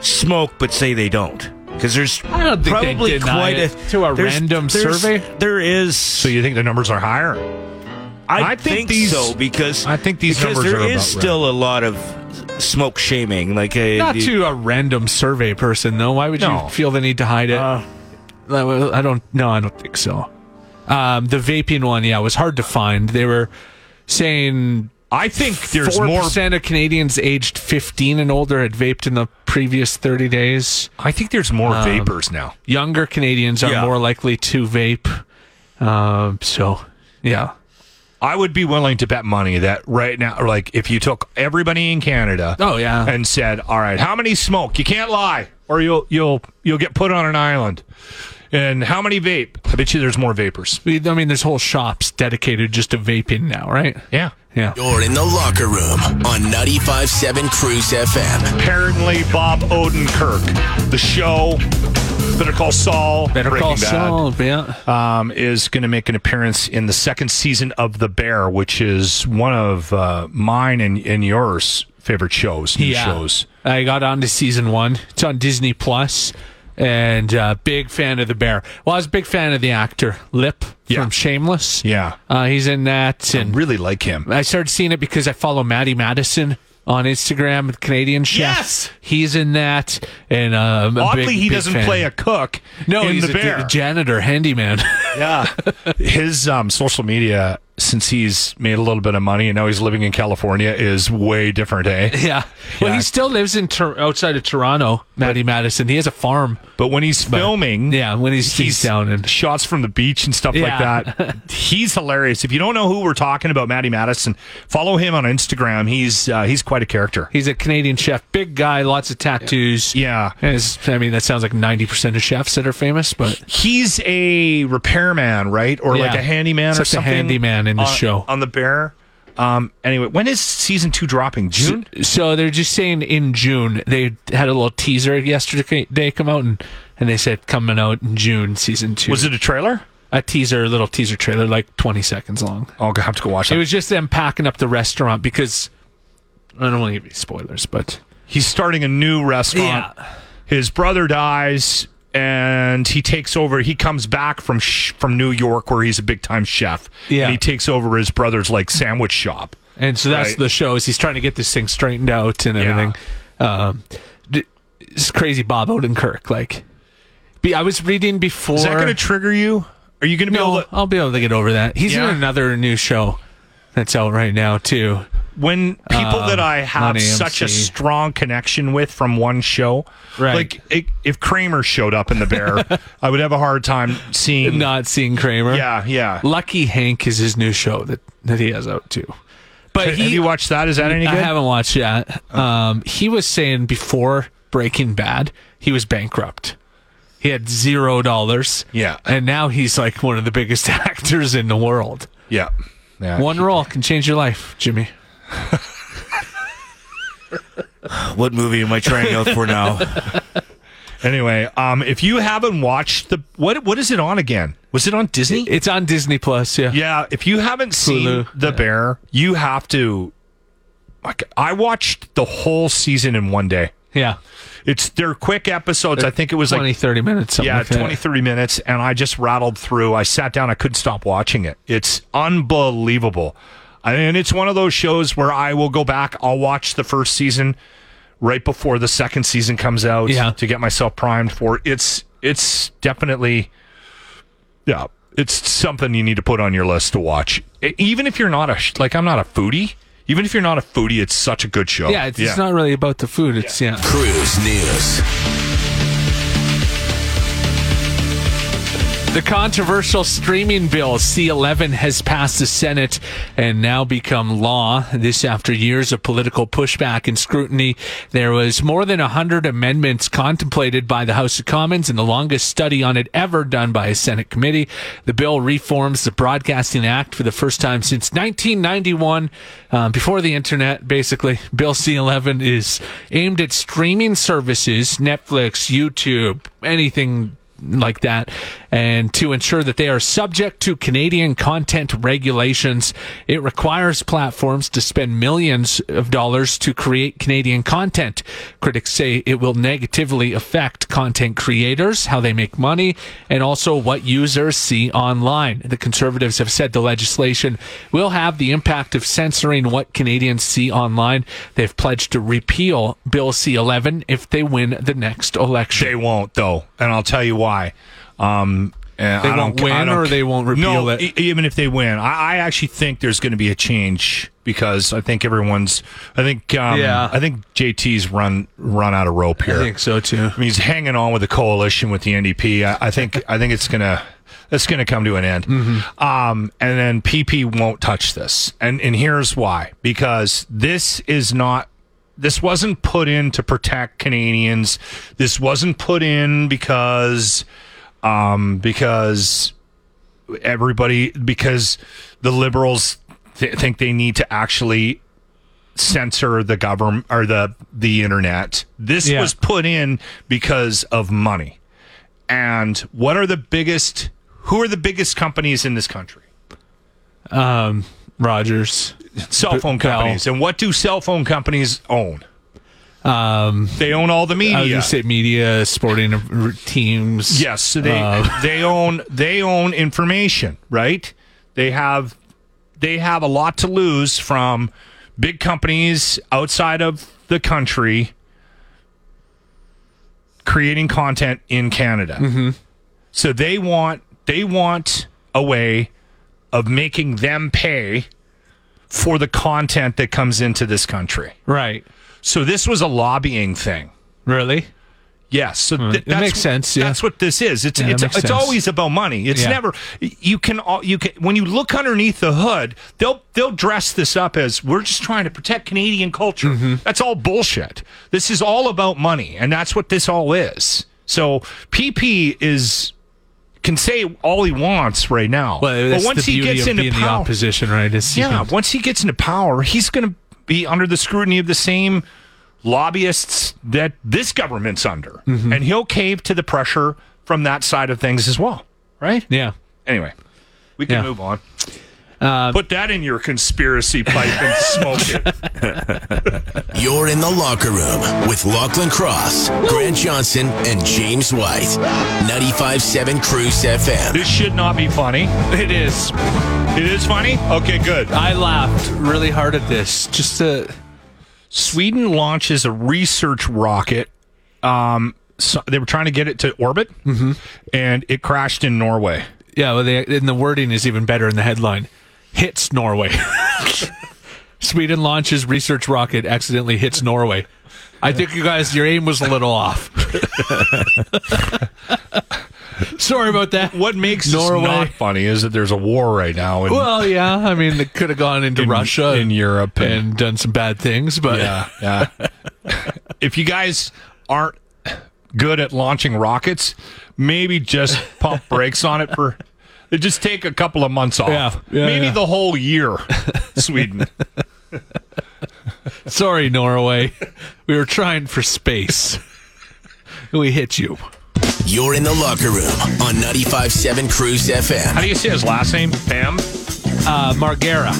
Speaker 6: smoke but say they don't? Because there's
Speaker 5: I don't think they
Speaker 6: probably
Speaker 5: deny
Speaker 6: quite
Speaker 5: it
Speaker 6: a
Speaker 5: to a
Speaker 6: there's-
Speaker 5: random
Speaker 6: there's-
Speaker 5: survey.
Speaker 6: There is.
Speaker 3: So
Speaker 6: So
Speaker 3: you think the numbers are higher?
Speaker 6: I,
Speaker 3: I think
Speaker 6: think,
Speaker 3: these-
Speaker 6: so because
Speaker 3: I think these
Speaker 6: because
Speaker 3: numbers
Speaker 6: there
Speaker 3: are
Speaker 6: is
Speaker 3: about right.
Speaker 6: still a lot of smoke shaming. Like uh,
Speaker 5: Not
Speaker 6: you-
Speaker 5: to a random survey person, though. Why would
Speaker 3: No. Uh.
Speaker 5: you feel the need to hide it? I don't. No, I don't think so. Um, the vaping one, yeah, was hard to find. They were saying
Speaker 3: I think there's
Speaker 5: four
Speaker 3: more.
Speaker 5: percent of Canadians aged 15 and older had vaped in the previous 30 days.
Speaker 3: I think there's more
Speaker 5: Um,
Speaker 3: vapors now.
Speaker 5: Younger Canadians are
Speaker 6: Yeah.
Speaker 5: more likely to vape. Um, so, yeah,
Speaker 3: I would be willing to bet money that right now, or like if you took everybody in Canada,
Speaker 5: Oh, yeah.
Speaker 3: and said, "All right, how many smoke? You can't lie, or you'll you'll you'll get put on an island." And how many vape? I bet you there's more vapors.
Speaker 5: I mean, there's whole shops dedicated just to vaping now, right?
Speaker 3: Yeah.
Speaker 5: Yeah.
Speaker 1: You're in the locker room on 95.7 Cruise FM.
Speaker 3: Apparently, Bob Odenkirk, the show, Better Call Saul,
Speaker 5: Better
Speaker 3: Breaking
Speaker 5: call
Speaker 3: Bad,
Speaker 5: Saul. Yeah.
Speaker 3: um, is going to make an appearance in the second season of The Bear, which is one of uh, mine and, and yours favorite shows, new shows.
Speaker 5: I got on to season one. It's on Disney Plus, and uh, big fan of the bear. Well, I was a big fan of the actor Lip
Speaker 3: Yeah.
Speaker 5: from Shameless.
Speaker 3: Yeah.
Speaker 5: uh, he's in that,
Speaker 3: I
Speaker 5: and
Speaker 3: really like him.
Speaker 5: I started seeing it because I follow Maddie Madison on Instagram, the Canadian chef.
Speaker 3: Yes!
Speaker 5: he's in that, and um, a
Speaker 3: Oddly,
Speaker 5: big-
Speaker 3: he
Speaker 5: big
Speaker 3: doesn't
Speaker 5: fan.
Speaker 3: play a cook
Speaker 5: no.
Speaker 3: in
Speaker 5: he's
Speaker 3: The
Speaker 5: a
Speaker 3: Bear.
Speaker 5: d- janitor, handyman.
Speaker 3: yeah. His um, social media, since he's made a little bit of money and now he's living in California, is way different, eh?
Speaker 5: yeah. Well,
Speaker 3: Yeah.
Speaker 5: he still lives in Tor- outside of Toronto. Maddie Madison. He has a farm.
Speaker 3: But when he's filming.
Speaker 5: Yeah, when he's, he's down in
Speaker 3: shots from the beach and stuff
Speaker 5: Yeah.
Speaker 3: like that. He's hilarious. If you don't know who we're talking about, Matty Madison, follow him on Instagram. He's uh, he's quite a character.
Speaker 5: He's a Canadian chef, big guy, lots of tattoos.
Speaker 3: Yeah.
Speaker 5: And it's- I mean that sounds like ninety percent of chefs that are famous, but
Speaker 3: He's a repairman, right? Or like
Speaker 5: Yeah.
Speaker 3: a handyman
Speaker 5: It's
Speaker 3: or
Speaker 5: like the
Speaker 3: something.
Speaker 5: handyman in the
Speaker 3: on-
Speaker 5: show.
Speaker 3: on the bear. Um. Anyway, when is season two dropping? June.
Speaker 5: so they're just saying in June they had a little teaser yesterday day come out and and they said coming out in June season two
Speaker 3: Was it a trailer?
Speaker 5: a teaser, a little teaser trailer like twenty seconds long.
Speaker 3: Oh, I have to go watch
Speaker 5: It
Speaker 3: it.
Speaker 5: was just them packing up the restaurant because I don't want to give you spoilers, but
Speaker 3: he's starting a new restaurant. His brother dies, and he takes over. He comes back from sh- from New York, where he's a big time chef.
Speaker 5: Yeah.
Speaker 3: and he takes over his brother's like sandwich shop.
Speaker 5: And so that's
Speaker 3: Right.
Speaker 5: the show is he's trying to get this thing straightened out and
Speaker 3: Yeah.
Speaker 5: everything. Um, d- it's crazy Bob Odenkirk. Like, be, I was reading before.
Speaker 3: Is that going to trigger you? Are you going to be
Speaker 5: no,
Speaker 3: able to
Speaker 5: I'll be able to get over that. He's
Speaker 3: Yeah.
Speaker 5: in another new show that's out right now too.
Speaker 3: when people that I
Speaker 5: on
Speaker 3: have
Speaker 5: AMC.
Speaker 3: such a strong connection with from one show,
Speaker 5: Right.
Speaker 3: Like i if Kramer showed up in the bear, I would have a hard time seeing.
Speaker 5: Not seeing Kramer.
Speaker 3: yeah, yeah.
Speaker 5: Lucky Hank is his new show that that he has out too. But
Speaker 3: Have
Speaker 5: he,
Speaker 3: you watched that? Is that any good?
Speaker 5: I haven't watched that. Um, he was saying before Breaking Bad, he was bankrupt. He had zero dollars.
Speaker 3: Yeah.
Speaker 5: And now he's like one of the biggest actors in the world.
Speaker 3: Yeah, yeah.
Speaker 5: One role can change your life, Jimmy.
Speaker 6: what movie am I trying out for now?
Speaker 3: Anyway, um, if you haven't watched the what what is it on again? Was it on Disney?
Speaker 5: It's on Disney Plus, yeah.
Speaker 3: yeah, if you haven't seen
Speaker 5: Hulu,
Speaker 3: The Bear, you have to. Like, I watched the whole season in one day.
Speaker 5: Yeah.
Speaker 3: It's they're quick episodes. I think it was
Speaker 5: 20,
Speaker 3: like
Speaker 5: 30 minutes. something
Speaker 3: yeah,
Speaker 5: like that.
Speaker 3: 20, 30 minutes, and I just rattled through. I sat down, I couldn't stop watching it. It's unbelievable. I mean, it's one of those shows where I will go back, I'll watch the first season right before the second season comes out
Speaker 5: Yeah.
Speaker 3: to get myself primed for it. it's it's definitely yeah, it's something you need to put on your list to watch. E- Even if you're not a sh- like I'm not a foodie, even if you're not a foodie, it's such a good show.
Speaker 5: Yeah, it's, it's not really about the food. It's, yeah.
Speaker 1: Cruise News.
Speaker 5: The controversial streaming bill C11 has passed the Senate and now become law. This after years of political pushback and scrutiny. There was more than 100 amendments contemplated by the House of Commons and the longest study on it ever done by a Senate committee. The bill reforms the Broadcasting Act for the first time since 1991, um, before the internet, basically. Bill C11 is aimed at streaming services, Netflix, YouTube, anything like that and to ensure that they are subject to Canadian content regulations. It requires platforms to spend millions of dollars to create Canadian content. Critics say it will negatively affect content creators, how they make money, and also what users see online. The conservatives have said the legislation will have the impact of censoring what Canadians see online. They've pledged to repeal Bill C11 if they win the next election.
Speaker 3: They won't though, and I'll tell you why. Um, and
Speaker 5: They
Speaker 3: I
Speaker 5: won't
Speaker 3: don't, I
Speaker 5: win
Speaker 3: don't-
Speaker 5: or they won't
Speaker 3: no,
Speaker 5: repeal it?
Speaker 3: e- even if they win, I, I actually think there's going to be a change because I think everyone's. I think. Um,
Speaker 5: Yeah.
Speaker 3: I think JT's run run out of rope here.
Speaker 5: I think so too.
Speaker 3: I mean, he's hanging on with the coalition with the NDP. I, I think. I think it's gonna. It's going to come to an end.
Speaker 5: Mm-hmm.
Speaker 3: Um, and then PP won't touch this. And and here's why: because this is not. This wasn't put in to protect Canadians. This wasn't put in because, um, because everybody because the liberals th- think they need to actually censor the government or the the internet. This
Speaker 5: Yeah.
Speaker 3: was put in because of money. And what are the biggest who are the biggest companies in this country?
Speaker 5: Um, Rogers.
Speaker 3: Cell phone
Speaker 5: Bell.
Speaker 3: companies. And what do cell phone companies own?
Speaker 5: Um,
Speaker 3: They own all the media.
Speaker 5: I would just say media, sporting r- teams.
Speaker 3: Yes, so they
Speaker 5: Uh,
Speaker 3: they own they own information, right? They have they have a lot to lose from big companies outside of the country creating content in Canada.
Speaker 5: Mm-hmm.
Speaker 3: So they want they want a way of making them pay for the content that comes into this country.
Speaker 5: right.
Speaker 3: So this was a lobbying thing.
Speaker 5: Really?
Speaker 3: Yes, so th-
Speaker 5: it
Speaker 3: that's-
Speaker 5: makes sense, yeah.
Speaker 3: That's what this is. It's
Speaker 5: Yeah, it
Speaker 3: it's,
Speaker 5: makes
Speaker 3: it's
Speaker 5: sense.
Speaker 3: always about money. It's
Speaker 5: Yeah.
Speaker 3: never you can al- you can when you look underneath the hood, they'll they'll dress this up as we're just trying to protect Canadian culture.
Speaker 5: Mm-hmm.
Speaker 3: That's all bullshit. This is all about money, and that's what this all is. So PP is can say all he wants right now,
Speaker 5: Well, that's
Speaker 3: but once
Speaker 5: the
Speaker 3: he
Speaker 5: beauty
Speaker 3: gets
Speaker 5: of
Speaker 3: into
Speaker 5: being the
Speaker 3: power,
Speaker 5: opposition, right? Is you
Speaker 3: yeah,
Speaker 5: can-
Speaker 3: once he gets into power, he's going to be under the scrutiny of the same lobbyists that this government's under.
Speaker 5: Mm-hmm.
Speaker 3: And he'll cave to the pressure from that side of things as well, right?
Speaker 5: yeah.
Speaker 3: Anyway, we can
Speaker 5: Yeah. Uh,
Speaker 3: move on. Put that in your conspiracy pipe and smoke it.
Speaker 1: You're in the locker room with Lachlan Cross, Grant Johnson, and James White. 95.7 Cruise FM.
Speaker 3: This should not be funny.
Speaker 5: It is.
Speaker 3: It is funny? Okay, good.
Speaker 5: I laughed really hard at this. Just to,
Speaker 3: Sweden launches a research rocket. Um, so they were trying to get it to orbit,
Speaker 5: Mm-hmm.
Speaker 3: and it crashed in Norway.
Speaker 5: yeah. Well, they, and the wording is even better in the headline. Hits Norway. Sweden launches research rocket accidentally hits Norway. I think you guys, your aim was a little off. Sorry about that.
Speaker 3: What makes
Speaker 5: Norway.
Speaker 3: this not funny is that there's a war right now. And,
Speaker 5: Well, yeah. I mean, it could have gone into
Speaker 3: In-
Speaker 5: Russia
Speaker 3: in Europe
Speaker 5: and,
Speaker 3: and-
Speaker 5: done some bad things, but
Speaker 3: yeah, yeah. if you guys aren't good at launching rockets, maybe just pump brakes on it for. It just take a couple of months off.
Speaker 5: Yeah, yeah,
Speaker 3: maybe
Speaker 5: yeah.
Speaker 3: the whole year. Sweden.
Speaker 5: sorry, Norway. We were trying for space. we hit you.
Speaker 1: You're in the locker room on 95.7 Cruise FM.
Speaker 3: How do you say his last name? Pam.
Speaker 5: Uh, Margera.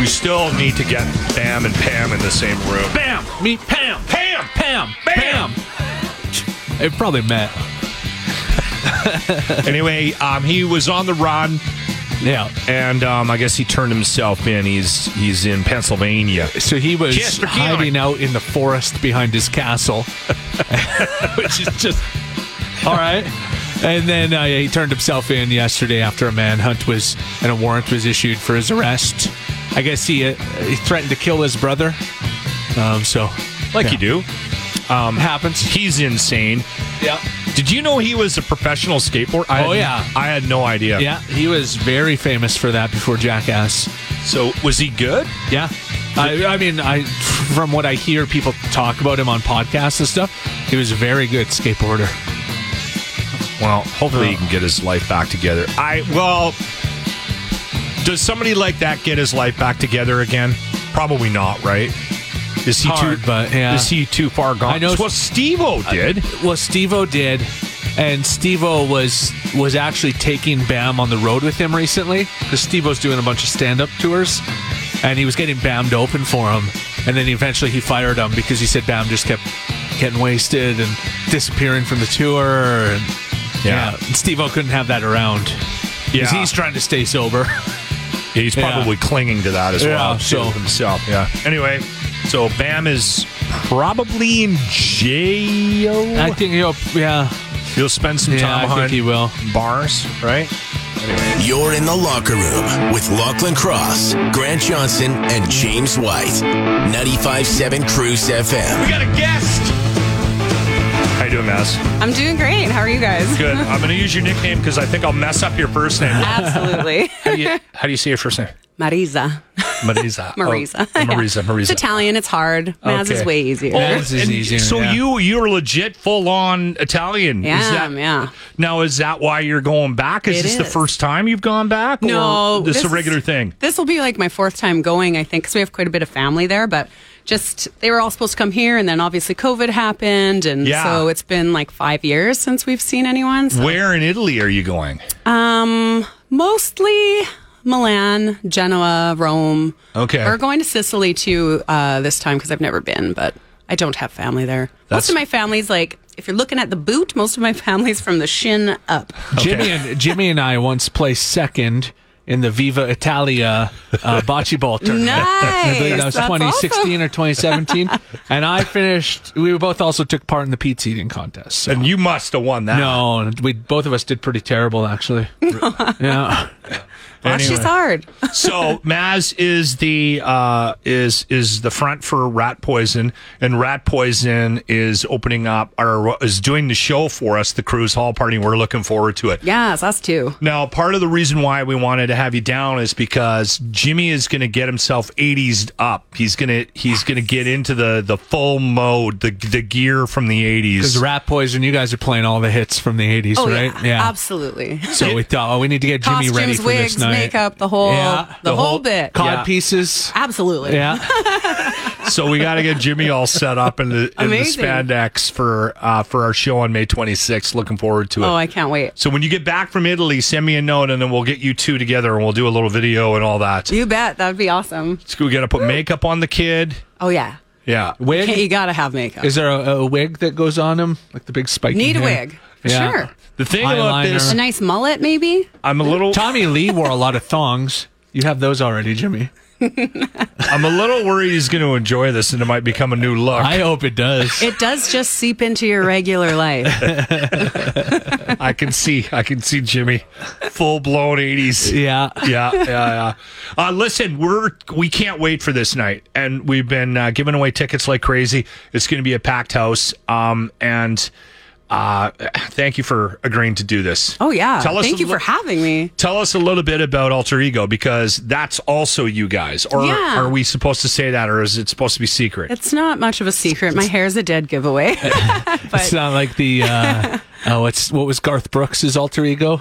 Speaker 3: We still need to get Bam and Pam in the same room.
Speaker 5: Bam! Me, Pam! Pam! Pam! Pam! It probably met.
Speaker 3: anyway, um, he was on the run,
Speaker 5: Yeah.
Speaker 3: and um, I guess he turned himself in. He's he's in Pennsylvania.
Speaker 5: So he was
Speaker 3: Chester Keeler.
Speaker 5: hiding out in the forest behind his castle, which is just all right. And then uh, he turned himself in yesterday after a manhunt was and a warrant was issued for his arrest. I guess he uh, he threatened to kill his brother. Um, so
Speaker 3: Like you do.
Speaker 5: um, happens.
Speaker 3: He's insane.
Speaker 5: Yeah,
Speaker 3: Did you know he was a professional skateboarder? I
Speaker 5: Oh,
Speaker 3: had-
Speaker 5: yeah.
Speaker 3: I had no idea.
Speaker 5: yeah. He was very famous for that before Jackass.
Speaker 3: So was he good?
Speaker 5: Yeah. I, I mean, I from what I hear people talk about him on podcasts and stuff, he was a very good skateboarder.
Speaker 3: Well, hopefully
Speaker 5: Uh.
Speaker 3: he can get his life back together. I well, does somebody like that get his life back together again? Probably not, right? Is he
Speaker 5: Hard,
Speaker 3: too?
Speaker 5: but, yeah.
Speaker 3: Is he too far gone?
Speaker 5: I know-
Speaker 3: Well, Steve-O did.
Speaker 5: Well, Stevo did, and Stevo was was actually taking Bam on the road with him recently because Stevo's doing a bunch of stand up tours, and he was getting Bam to open for him, and then eventually he fired him because he said Bam just kept getting wasted and disappearing from the tour, and yeah,
Speaker 3: Yeah.
Speaker 5: and Stevo couldn't have that around. 'Cause
Speaker 3: Yeah.
Speaker 5: he's trying to stay sober.
Speaker 3: He's
Speaker 5: Yeah.
Speaker 3: probably clinging to that as
Speaker 5: Yeah,
Speaker 3: well. too,
Speaker 5: so-
Speaker 3: himself, yeah. Anyway, so Bam is probably in jail.
Speaker 5: I think he'll, yeah,
Speaker 3: He'll spend some
Speaker 5: yeah,
Speaker 3: time
Speaker 5: I think
Speaker 3: behind
Speaker 5: he will.
Speaker 3: bars, right?
Speaker 1: You're in the locker room with Lachlan Cross, Grant Johnson, and James White. 95.7 Cruise FM.
Speaker 3: got a guest. How you doing, Mass?
Speaker 8: I'm doing great. How are you guys?
Speaker 3: Good. I'm going to use your nickname because I think I'll mess up your first name.
Speaker 8: Absolutely.
Speaker 3: How do you, how do you say your first name?
Speaker 8: Marisa.
Speaker 3: Marisa.
Speaker 8: Marisa.
Speaker 3: Oh, Marisa.
Speaker 8: It's
Speaker 3: Marisa.
Speaker 8: Italian. It's hard. Maz is
Speaker 3: Okay.
Speaker 8: way easier.
Speaker 5: Maz is
Speaker 3: and
Speaker 5: easier,
Speaker 3: so
Speaker 5: yeah.
Speaker 3: you you're legit full on Italian.
Speaker 8: yeah,
Speaker 3: Is that-
Speaker 8: Um, yeah.
Speaker 3: Now is that why you're going back? Is
Speaker 8: It
Speaker 3: this the
Speaker 8: is.
Speaker 3: first time you've gone back?
Speaker 8: No,
Speaker 3: or this, is a
Speaker 8: this
Speaker 3: regular
Speaker 8: is-
Speaker 3: thing.
Speaker 8: This will be like my fourth time going, I think, because we have quite a bit of family there. But just they were all supposed to come here, and then obviously COVID happened, and
Speaker 3: Yeah.
Speaker 8: so it's been like five years since we've seen anyone. So,
Speaker 3: Where in Italy are you going?
Speaker 8: um, mostly Milan, Genoa, Rome.
Speaker 3: Okay.
Speaker 8: We're going to Sicily too uh, this time because I've never been, but I don't have family there.
Speaker 3: That's-
Speaker 8: most of my family's like, if you're looking at the boot, most of my family's from the shin up.
Speaker 5: Jimmy and Jimmy and I once placed second in the Viva Italia uh, bocce ball tournament. I believe that was
Speaker 8: Nice. That's
Speaker 5: 2016 or 2017, and I finished. We both also took part in the pizza eating contest. So.
Speaker 3: And you must have won that.
Speaker 5: No, we both of us did pretty terrible actually. yeah,
Speaker 8: She's hard.
Speaker 3: so Maz is the uh, is is the front for Rat Poison, and Rat Poison is opening up or is doing the show for us, the Cruise Hall party. We're looking forward to it.
Speaker 8: Yes, us too.
Speaker 3: Now, part of the reason why we wanted to have you down is because Jimmy is going to get himself 80s up. He's going to he's going to get into the the full mode, the the gear from the 80s.
Speaker 5: because Rat Poison, you guys are playing all the hits from the 80s,
Speaker 8: Oh
Speaker 5: right?
Speaker 8: yeah, absolutely.
Speaker 5: So we thought, oh, we need to get Jimmy
Speaker 8: Costumes,
Speaker 5: ready for
Speaker 8: wigs,
Speaker 5: this night.
Speaker 8: makeup, the whole- the whole bit.
Speaker 5: Cod
Speaker 8: Yeah.
Speaker 5: pieces.
Speaker 8: Absolutely.
Speaker 5: Yeah.
Speaker 3: so we got to get Jimmy all set up in the, in the
Speaker 8: Amazing.
Speaker 3: spandex for uh, for our show on May 26th. Looking forward to it.
Speaker 8: Oh, I can't wait.
Speaker 3: so when you get back from Italy, send me a note, and then we'll get you two together, and we'll do a little video and all that.
Speaker 8: You bet. That'd be awesome.
Speaker 3: We got to put makeup on the kid.
Speaker 8: Oh yeah.
Speaker 3: Yeah,
Speaker 5: Wig.
Speaker 8: Can't, you gotta have makeup.
Speaker 5: Is there a, a wig that goes on him, like the big spiky?
Speaker 8: Need a
Speaker 5: hair?
Speaker 8: wig. For
Speaker 5: Yeah.
Speaker 8: sure.
Speaker 3: The thing about
Speaker 5: Eyeliner.
Speaker 3: this,
Speaker 8: A nice mullet, maybe.
Speaker 3: I'm a little.
Speaker 5: Tommy Lee wore a lot of thongs. You have those already, Jimmy.
Speaker 3: I'm a little worried he's going to enjoy this and it might become a new look.
Speaker 5: I
Speaker 3: I,
Speaker 5: hope it does.
Speaker 8: It does just seep into your regular life.
Speaker 3: can see, I can see Jimmy, full blown eighties.
Speaker 5: yeah.
Speaker 3: Yeah, yeah, yeah. Uh, listen, we're we can't wait for this night, and we've been uh, giving away tickets like crazy. It's going to be a packed house, um, and uh, thank you for agreeing to do this.
Speaker 8: Oh yeah.
Speaker 3: Tell us
Speaker 8: Thank
Speaker 3: a
Speaker 8: you for
Speaker 3: li-
Speaker 8: having me.
Speaker 3: Tell us a little bit about alter ego because that's also you guys. Or
Speaker 8: Yeah.
Speaker 3: are we supposed to say that, or is it supposed to be secret?
Speaker 8: It's not much of a secret. My hair's a dead giveaway.
Speaker 5: It's not like the uh, oh, it's what was Garth Brooks' alter ego?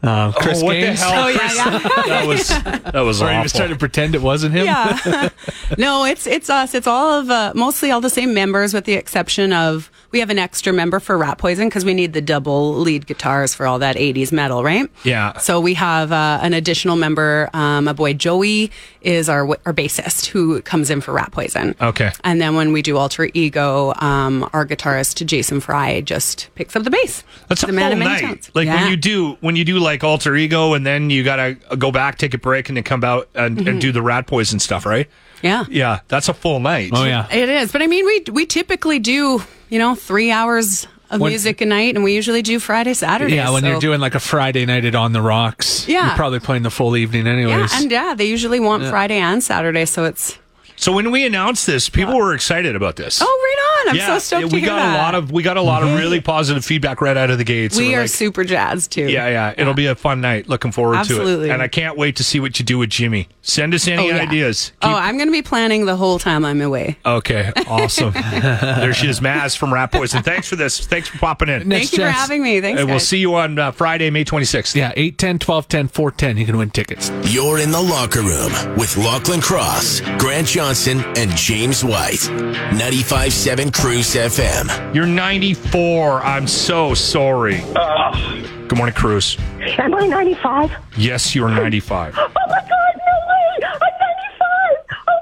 Speaker 5: Uh, Chris
Speaker 3: oh, what
Speaker 5: Gaines.
Speaker 3: the hell?
Speaker 8: oh yeah, yeah.
Speaker 3: That was that was
Speaker 5: Or he
Speaker 3: awful.
Speaker 5: was trying to pretend it wasn't him.
Speaker 8: yeah. no, it's it's us. It's all of uh, mostly all the same members, with the exception of we have an extra member for Rat Poison because we need the double lead guitars for all that 80s metal, right?
Speaker 3: Yeah.
Speaker 8: So we have uh, an additional member. Um, my boy Joey is our our bassist who comes in for Rat Poison.
Speaker 3: Okay.
Speaker 8: And then when we do Alter Ego, um, our guitarist Jason Fry just picks up the bass.
Speaker 3: That's
Speaker 8: the
Speaker 3: a
Speaker 8: man
Speaker 3: full
Speaker 8: of many
Speaker 3: night.
Speaker 8: talents.
Speaker 3: Like
Speaker 8: Yeah.
Speaker 3: when you do when you do like alter ego, and then you gotta go back, take a break, and then come out and, and
Speaker 8: Mhm.
Speaker 3: do the rat poison stuff, right?
Speaker 8: Yeah.
Speaker 3: Yeah, that's a full night.
Speaker 5: Oh, yeah.
Speaker 8: It is, but I mean, we we typically do you know three hours of
Speaker 5: When-
Speaker 8: music a night, and we usually do Friday, Saturday.
Speaker 5: yeah, when you're
Speaker 8: so-
Speaker 5: doing like a Friday night at On the Rocks,
Speaker 8: Yeah.
Speaker 5: you're probably playing the full evening,
Speaker 8: yeah,
Speaker 5: anyways.
Speaker 8: and yeah, they usually want
Speaker 5: Yeah.
Speaker 8: Friday and Saturday, so it's
Speaker 3: So when we announced this, people were excited about this.
Speaker 8: oh, right on! I'm so stoked
Speaker 3: yeah,
Speaker 8: to
Speaker 3: we
Speaker 8: hear
Speaker 3: got
Speaker 8: that.
Speaker 3: a lot of we got a lot of really positive feedback right out of the gates.
Speaker 8: we
Speaker 3: We're
Speaker 8: are
Speaker 3: like,
Speaker 8: super jazzed too.
Speaker 3: yeah, yeah, it'll be a fun night. Looking forward to
Speaker 8: Absolutely.
Speaker 3: it, and I can't wait to see what you do with Jimmy. Send us any
Speaker 8: Oh, yeah.
Speaker 3: ideas.
Speaker 8: oh, I'm going to be planning the whole time I'm away.
Speaker 3: Okay, awesome. there she is, Maz from Rat Poison. Thanks for this. Thanks for popping in.
Speaker 8: Thank you for having me. Thanks.
Speaker 3: and we'll
Speaker 8: guys.
Speaker 3: see you on uh, Friday, May 26th.
Speaker 5: Yeah, 8, 10, 12, 10, 4, 10. You can win tickets.
Speaker 1: You're in the locker room with Lachlan Cross, Grant Johnson, and James White. 95.7 Cruise FM.
Speaker 3: You're 94. I'm so sorry. Good morning, Cruz.
Speaker 9: Am I 95?
Speaker 3: Yes, you're 95.
Speaker 9: Oh my god, no way! I'm 95! Oh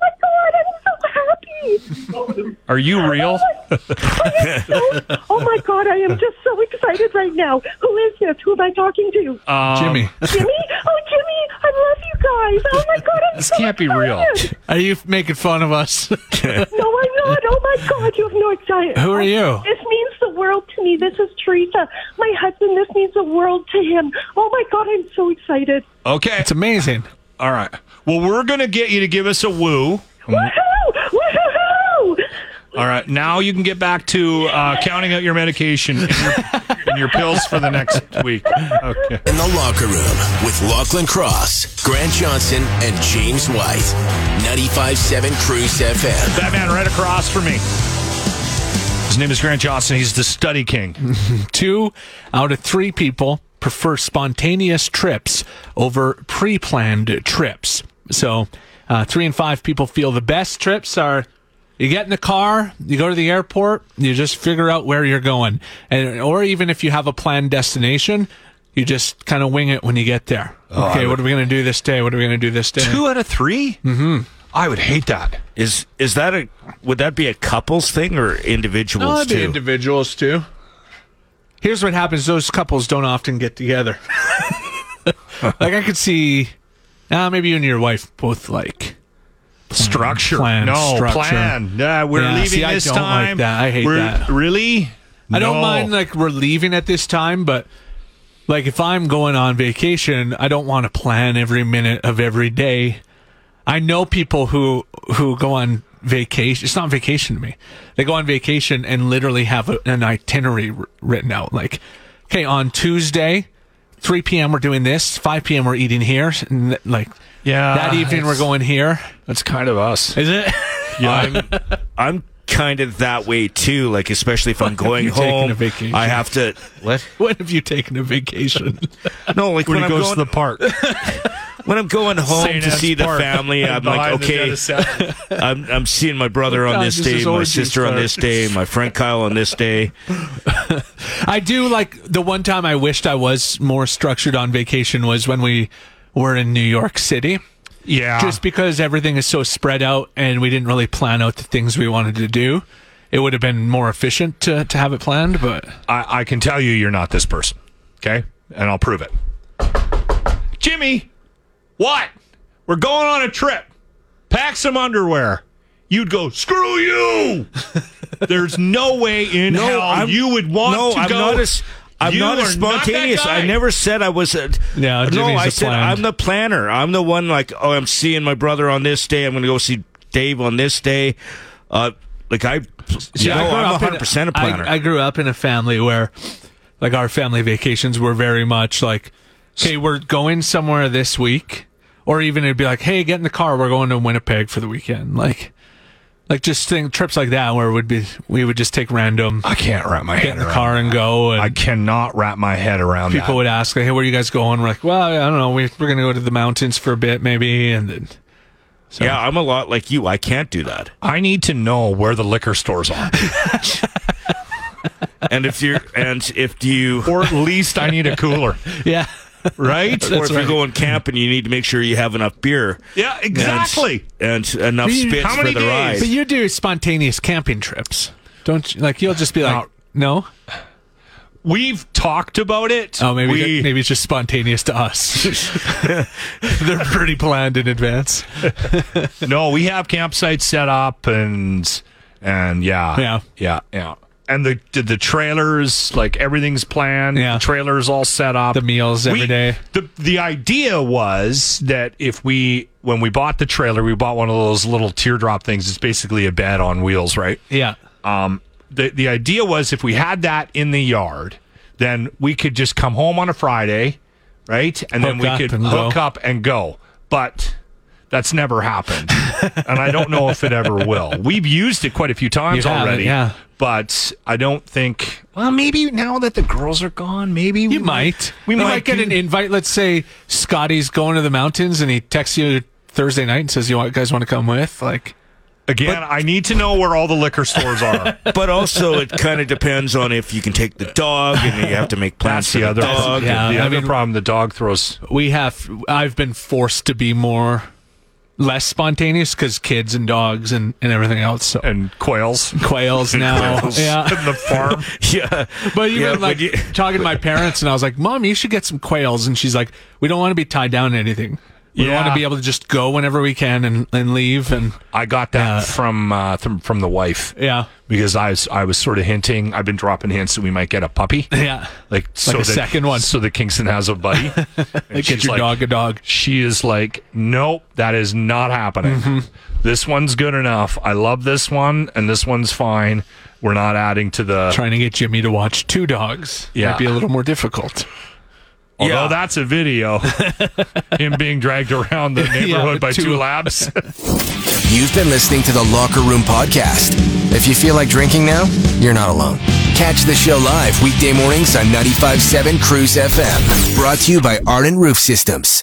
Speaker 9: my god, I'm so happy!
Speaker 3: Are you real?
Speaker 9: oh my god, I am just so excited right now. Who is this? Who am I talking to?
Speaker 3: Um, Jimmy.
Speaker 9: Jimmy? Oh, Jimmy, I love you guys. Oh my god, I'm
Speaker 5: This
Speaker 9: so
Speaker 5: can't be real. Are you making fun of us?
Speaker 9: No, I'm not. Oh my God, you have no idea.
Speaker 5: Who are you?
Speaker 9: This means the world to me. This is Teresa, my husband. This means the world to him. Oh my God, I'm so excited.
Speaker 3: Okay. It's
Speaker 5: amazing.
Speaker 3: All right. Well, we're going to get you to give us a woo.
Speaker 5: Mm.
Speaker 9: Woohoo! Woohoo!
Speaker 3: All right. Now you can get back to uh, counting out your medication and your, and your pills for the next week. Okay.
Speaker 1: In the locker room with Lachlan Cross, Grant Johnson, and James White. 95.7 Cruise FM.
Speaker 3: That man right across from me. His name is Grant Johnson. He's the study king.
Speaker 5: Two out of three people prefer spontaneous trips over pre planned trips. So, uh, three and five people feel the best trips are you get in the car, you go to the airport, you just figure out where you're going. And, or even if you have a planned destination, you just kind of wing it when you get there.
Speaker 4: Oh,
Speaker 5: okay,
Speaker 4: I
Speaker 5: what are we going to do this day? What are we going to do this day?
Speaker 3: Two out of three?
Speaker 5: Mm-hmm.
Speaker 3: I would hate that.
Speaker 6: Is is that a would that be a couples thing or individuals
Speaker 5: No, it'd be
Speaker 6: too?
Speaker 5: individuals too. Here's what happens: those couples don't often get together. like I could see, uh, maybe you and your wife both like plan-
Speaker 3: Structure.
Speaker 5: plan,
Speaker 3: no,
Speaker 5: structure.
Speaker 3: plan. Yeah, we're
Speaker 5: Yeah,
Speaker 3: leaving
Speaker 5: see, I
Speaker 3: this
Speaker 5: don't
Speaker 3: time.
Speaker 5: Like that. I hate
Speaker 3: We're-
Speaker 5: that.
Speaker 3: Really?
Speaker 5: I don't
Speaker 3: No.
Speaker 5: mind like we're leaving at this time, but like if I'm going on vacation, I don't want to plan every minute of every day. I know people who who go on vacation. It's not vacation to me. They go on vacation and literally have a, an itinerary wr- written out. Like, okay, on Tuesday, 3 p.m. we're doing this. 5 p.m. we're eating here. And th- like,
Speaker 3: Yeah,
Speaker 5: that evening we're
Speaker 3: it's-
Speaker 5: going here.
Speaker 3: That's kind of us,
Speaker 5: is it?
Speaker 6: I'm, I'm kind of that way too. Like especially if I'm going
Speaker 5: you taken
Speaker 6: home,
Speaker 5: a vacation?
Speaker 6: I have to what?
Speaker 5: When have you taken a vacation?
Speaker 6: No, like
Speaker 5: When
Speaker 6: when,
Speaker 5: he
Speaker 6: I'm
Speaker 5: goes
Speaker 6: going,
Speaker 5: to the
Speaker 3: park.
Speaker 6: when I'm going home
Speaker 5: Saint
Speaker 6: to
Speaker 5: Anne's
Speaker 6: see
Speaker 5: Park.
Speaker 6: the family, I'm
Speaker 3: Behind
Speaker 6: like,
Speaker 3: the
Speaker 6: okay,
Speaker 3: Denisella.
Speaker 6: I'm I'm seeing my brother
Speaker 5: Oh,
Speaker 6: on
Speaker 5: God,
Speaker 6: this
Speaker 5: this is
Speaker 6: day, my
Speaker 5: orgy
Speaker 6: sister on
Speaker 5: start.
Speaker 6: this day, my friend Kyle on this day.
Speaker 5: I do like the one time I wished I was more structured on vacation was when we were in New York City.
Speaker 3: Yeah.
Speaker 5: Just because everything is so spread out and we didn't really plan out the things we wanted to do, it would have been more efficient to, to have it planned, but
Speaker 3: I, I can tell you you're not this person. Okay? And I'll prove it. Jimmy, what? We're going on a trip. Pack some underwear. You'd go, screw you. There's no way in
Speaker 6: No,
Speaker 3: hell
Speaker 6: I'm-
Speaker 3: you would want
Speaker 6: no,
Speaker 3: to
Speaker 6: I'm
Speaker 3: go.
Speaker 6: not as I'm
Speaker 3: You
Speaker 6: not
Speaker 3: are
Speaker 6: as
Speaker 3: that
Speaker 6: spontaneous.
Speaker 3: guy.
Speaker 6: I never said I was. A,
Speaker 5: No,
Speaker 6: no,
Speaker 5: Jimmy's
Speaker 6: I
Speaker 5: a
Speaker 6: said
Speaker 5: planned.
Speaker 6: I'm the planner. I'm the one like, oh, I'm seeing my brother on this day. I'm going to go see Dave on this day. Uh, like I,
Speaker 5: See,
Speaker 6: you
Speaker 5: I
Speaker 6: know,
Speaker 5: grew
Speaker 6: Oh, I'm
Speaker 5: up in-
Speaker 6: 100 percent a
Speaker 5: I-
Speaker 6: planner.
Speaker 5: I, grew up in a family where, like, our family vacations were very much like, "Hey, we're going somewhere this week," or even it'd be like, "Hey, get in the car, we're going to Winnipeg for the weekend." Like, like just thing trips like that where it would be we would just take random.
Speaker 3: I can't wrap my
Speaker 5: get
Speaker 3: head
Speaker 5: in the
Speaker 3: around
Speaker 5: car and go. And
Speaker 3: I cannot wrap my head around
Speaker 5: people
Speaker 3: that.
Speaker 5: would ask, like, "Hey, where are you guys going?" We're like, "Well, I don't know. We, we're going to go to the mountains for a bit, maybe." And then,
Speaker 6: Yeah, I'm a lot like you. I can't do that.
Speaker 3: I need to know where the liquor stores are.
Speaker 6: and if you're and if you
Speaker 3: or at least I need a cooler.
Speaker 5: yeah.
Speaker 3: Right?
Speaker 6: or if you're going camping, you need to make sure you have enough beer.
Speaker 3: Yeah, exactly.
Speaker 6: And, and enough spits for the ride.
Speaker 5: But you do spontaneous camping trips, don't you? Like you'll just be like, no.
Speaker 3: We've talked about it.
Speaker 5: Oh, maybe
Speaker 3: We-
Speaker 5: maybe it's just spontaneous to us. They're pretty planned in advance.
Speaker 3: no, we have campsites set up and and yeah.
Speaker 5: Yeah.
Speaker 3: Yeah. Yeah. And the the- the trailers, like everything's planned.
Speaker 5: Yeah.
Speaker 3: The trailers all set up.
Speaker 5: The meals every
Speaker 3: We-
Speaker 5: day.
Speaker 3: The the idea was that if we when we bought the trailer, we bought one of those little teardrop things. It's basically a bed on wheels, right?
Speaker 5: Yeah.
Speaker 3: Um, the the idea was if we had that in the yard, then we could just come home on a Friday, right? And then
Speaker 5: Hook
Speaker 3: we
Speaker 5: up
Speaker 3: could
Speaker 5: and
Speaker 3: hook
Speaker 5: go.
Speaker 3: up and go. But that's never happened, and I don't know if it ever will. We've used it quite a few times
Speaker 5: You haven't,
Speaker 3: already,
Speaker 5: yeah.
Speaker 3: But I don't think. Well, maybe now that the girls are gone, maybe
Speaker 5: You might.
Speaker 3: We
Speaker 5: You
Speaker 3: might
Speaker 5: get
Speaker 3: do-
Speaker 5: an invite. Let's say Scotty's going to the mountains and he texts you Thursday night and says, "You want- guys want to come with?" Like,
Speaker 3: Again, I need to know where all the liquor stores are.
Speaker 6: but also, it kind of depends on if you can take the dog, and you have to make
Speaker 3: That's
Speaker 6: plans for
Speaker 3: the
Speaker 6: the
Speaker 3: other.
Speaker 6: dog.
Speaker 5: Yeah,
Speaker 3: the
Speaker 5: I
Speaker 3: other
Speaker 5: mean-
Speaker 3: problem the dog throws.
Speaker 5: we have i've been forced to be more less spontaneous because kids and dogs and, and everything else so
Speaker 3: and quails
Speaker 5: quails now Oh, yeah
Speaker 3: in the farm.
Speaker 6: Yeah,
Speaker 5: but even
Speaker 6: Yeah, when
Speaker 5: like
Speaker 6: you-
Speaker 5: talking to my parents and i was like mom you should get some quails and she's like we don't want to be tied down to anything we
Speaker 3: Yeah.
Speaker 5: want to be able to just go whenever we can and, and leave and
Speaker 3: I got that
Speaker 5: Yeah.
Speaker 3: from uh, th- from the wife.
Speaker 5: yeah
Speaker 3: Because I was I was sort of hinting. I've been dropping hints that we might get a puppy.
Speaker 5: yeah
Speaker 3: Like, so
Speaker 5: a
Speaker 3: that,
Speaker 5: second one.
Speaker 3: So that Kingston has a buddy. And
Speaker 5: get
Speaker 3: she's
Speaker 5: your
Speaker 3: like-
Speaker 5: dog a dog
Speaker 3: She is like, nope, that is not happening.
Speaker 5: Mm-hmm.
Speaker 3: This one's good enough. I love this one, and this one's fine. We're not adding to the.
Speaker 5: trying to get jimmy to watch two dogs
Speaker 3: Yeah.
Speaker 5: might be a little more difficult
Speaker 3: although
Speaker 6: Yeah.
Speaker 3: that's a video, him being dragged around the neighborhood by
Speaker 5: two-
Speaker 3: two labs.
Speaker 1: You've been listening to the Locker Room Podcast. If you feel like drinking now, you're not alone. Catch the show live weekday mornings on 95.7 Cruise FM. Brought to you by Ardent Roof Systems.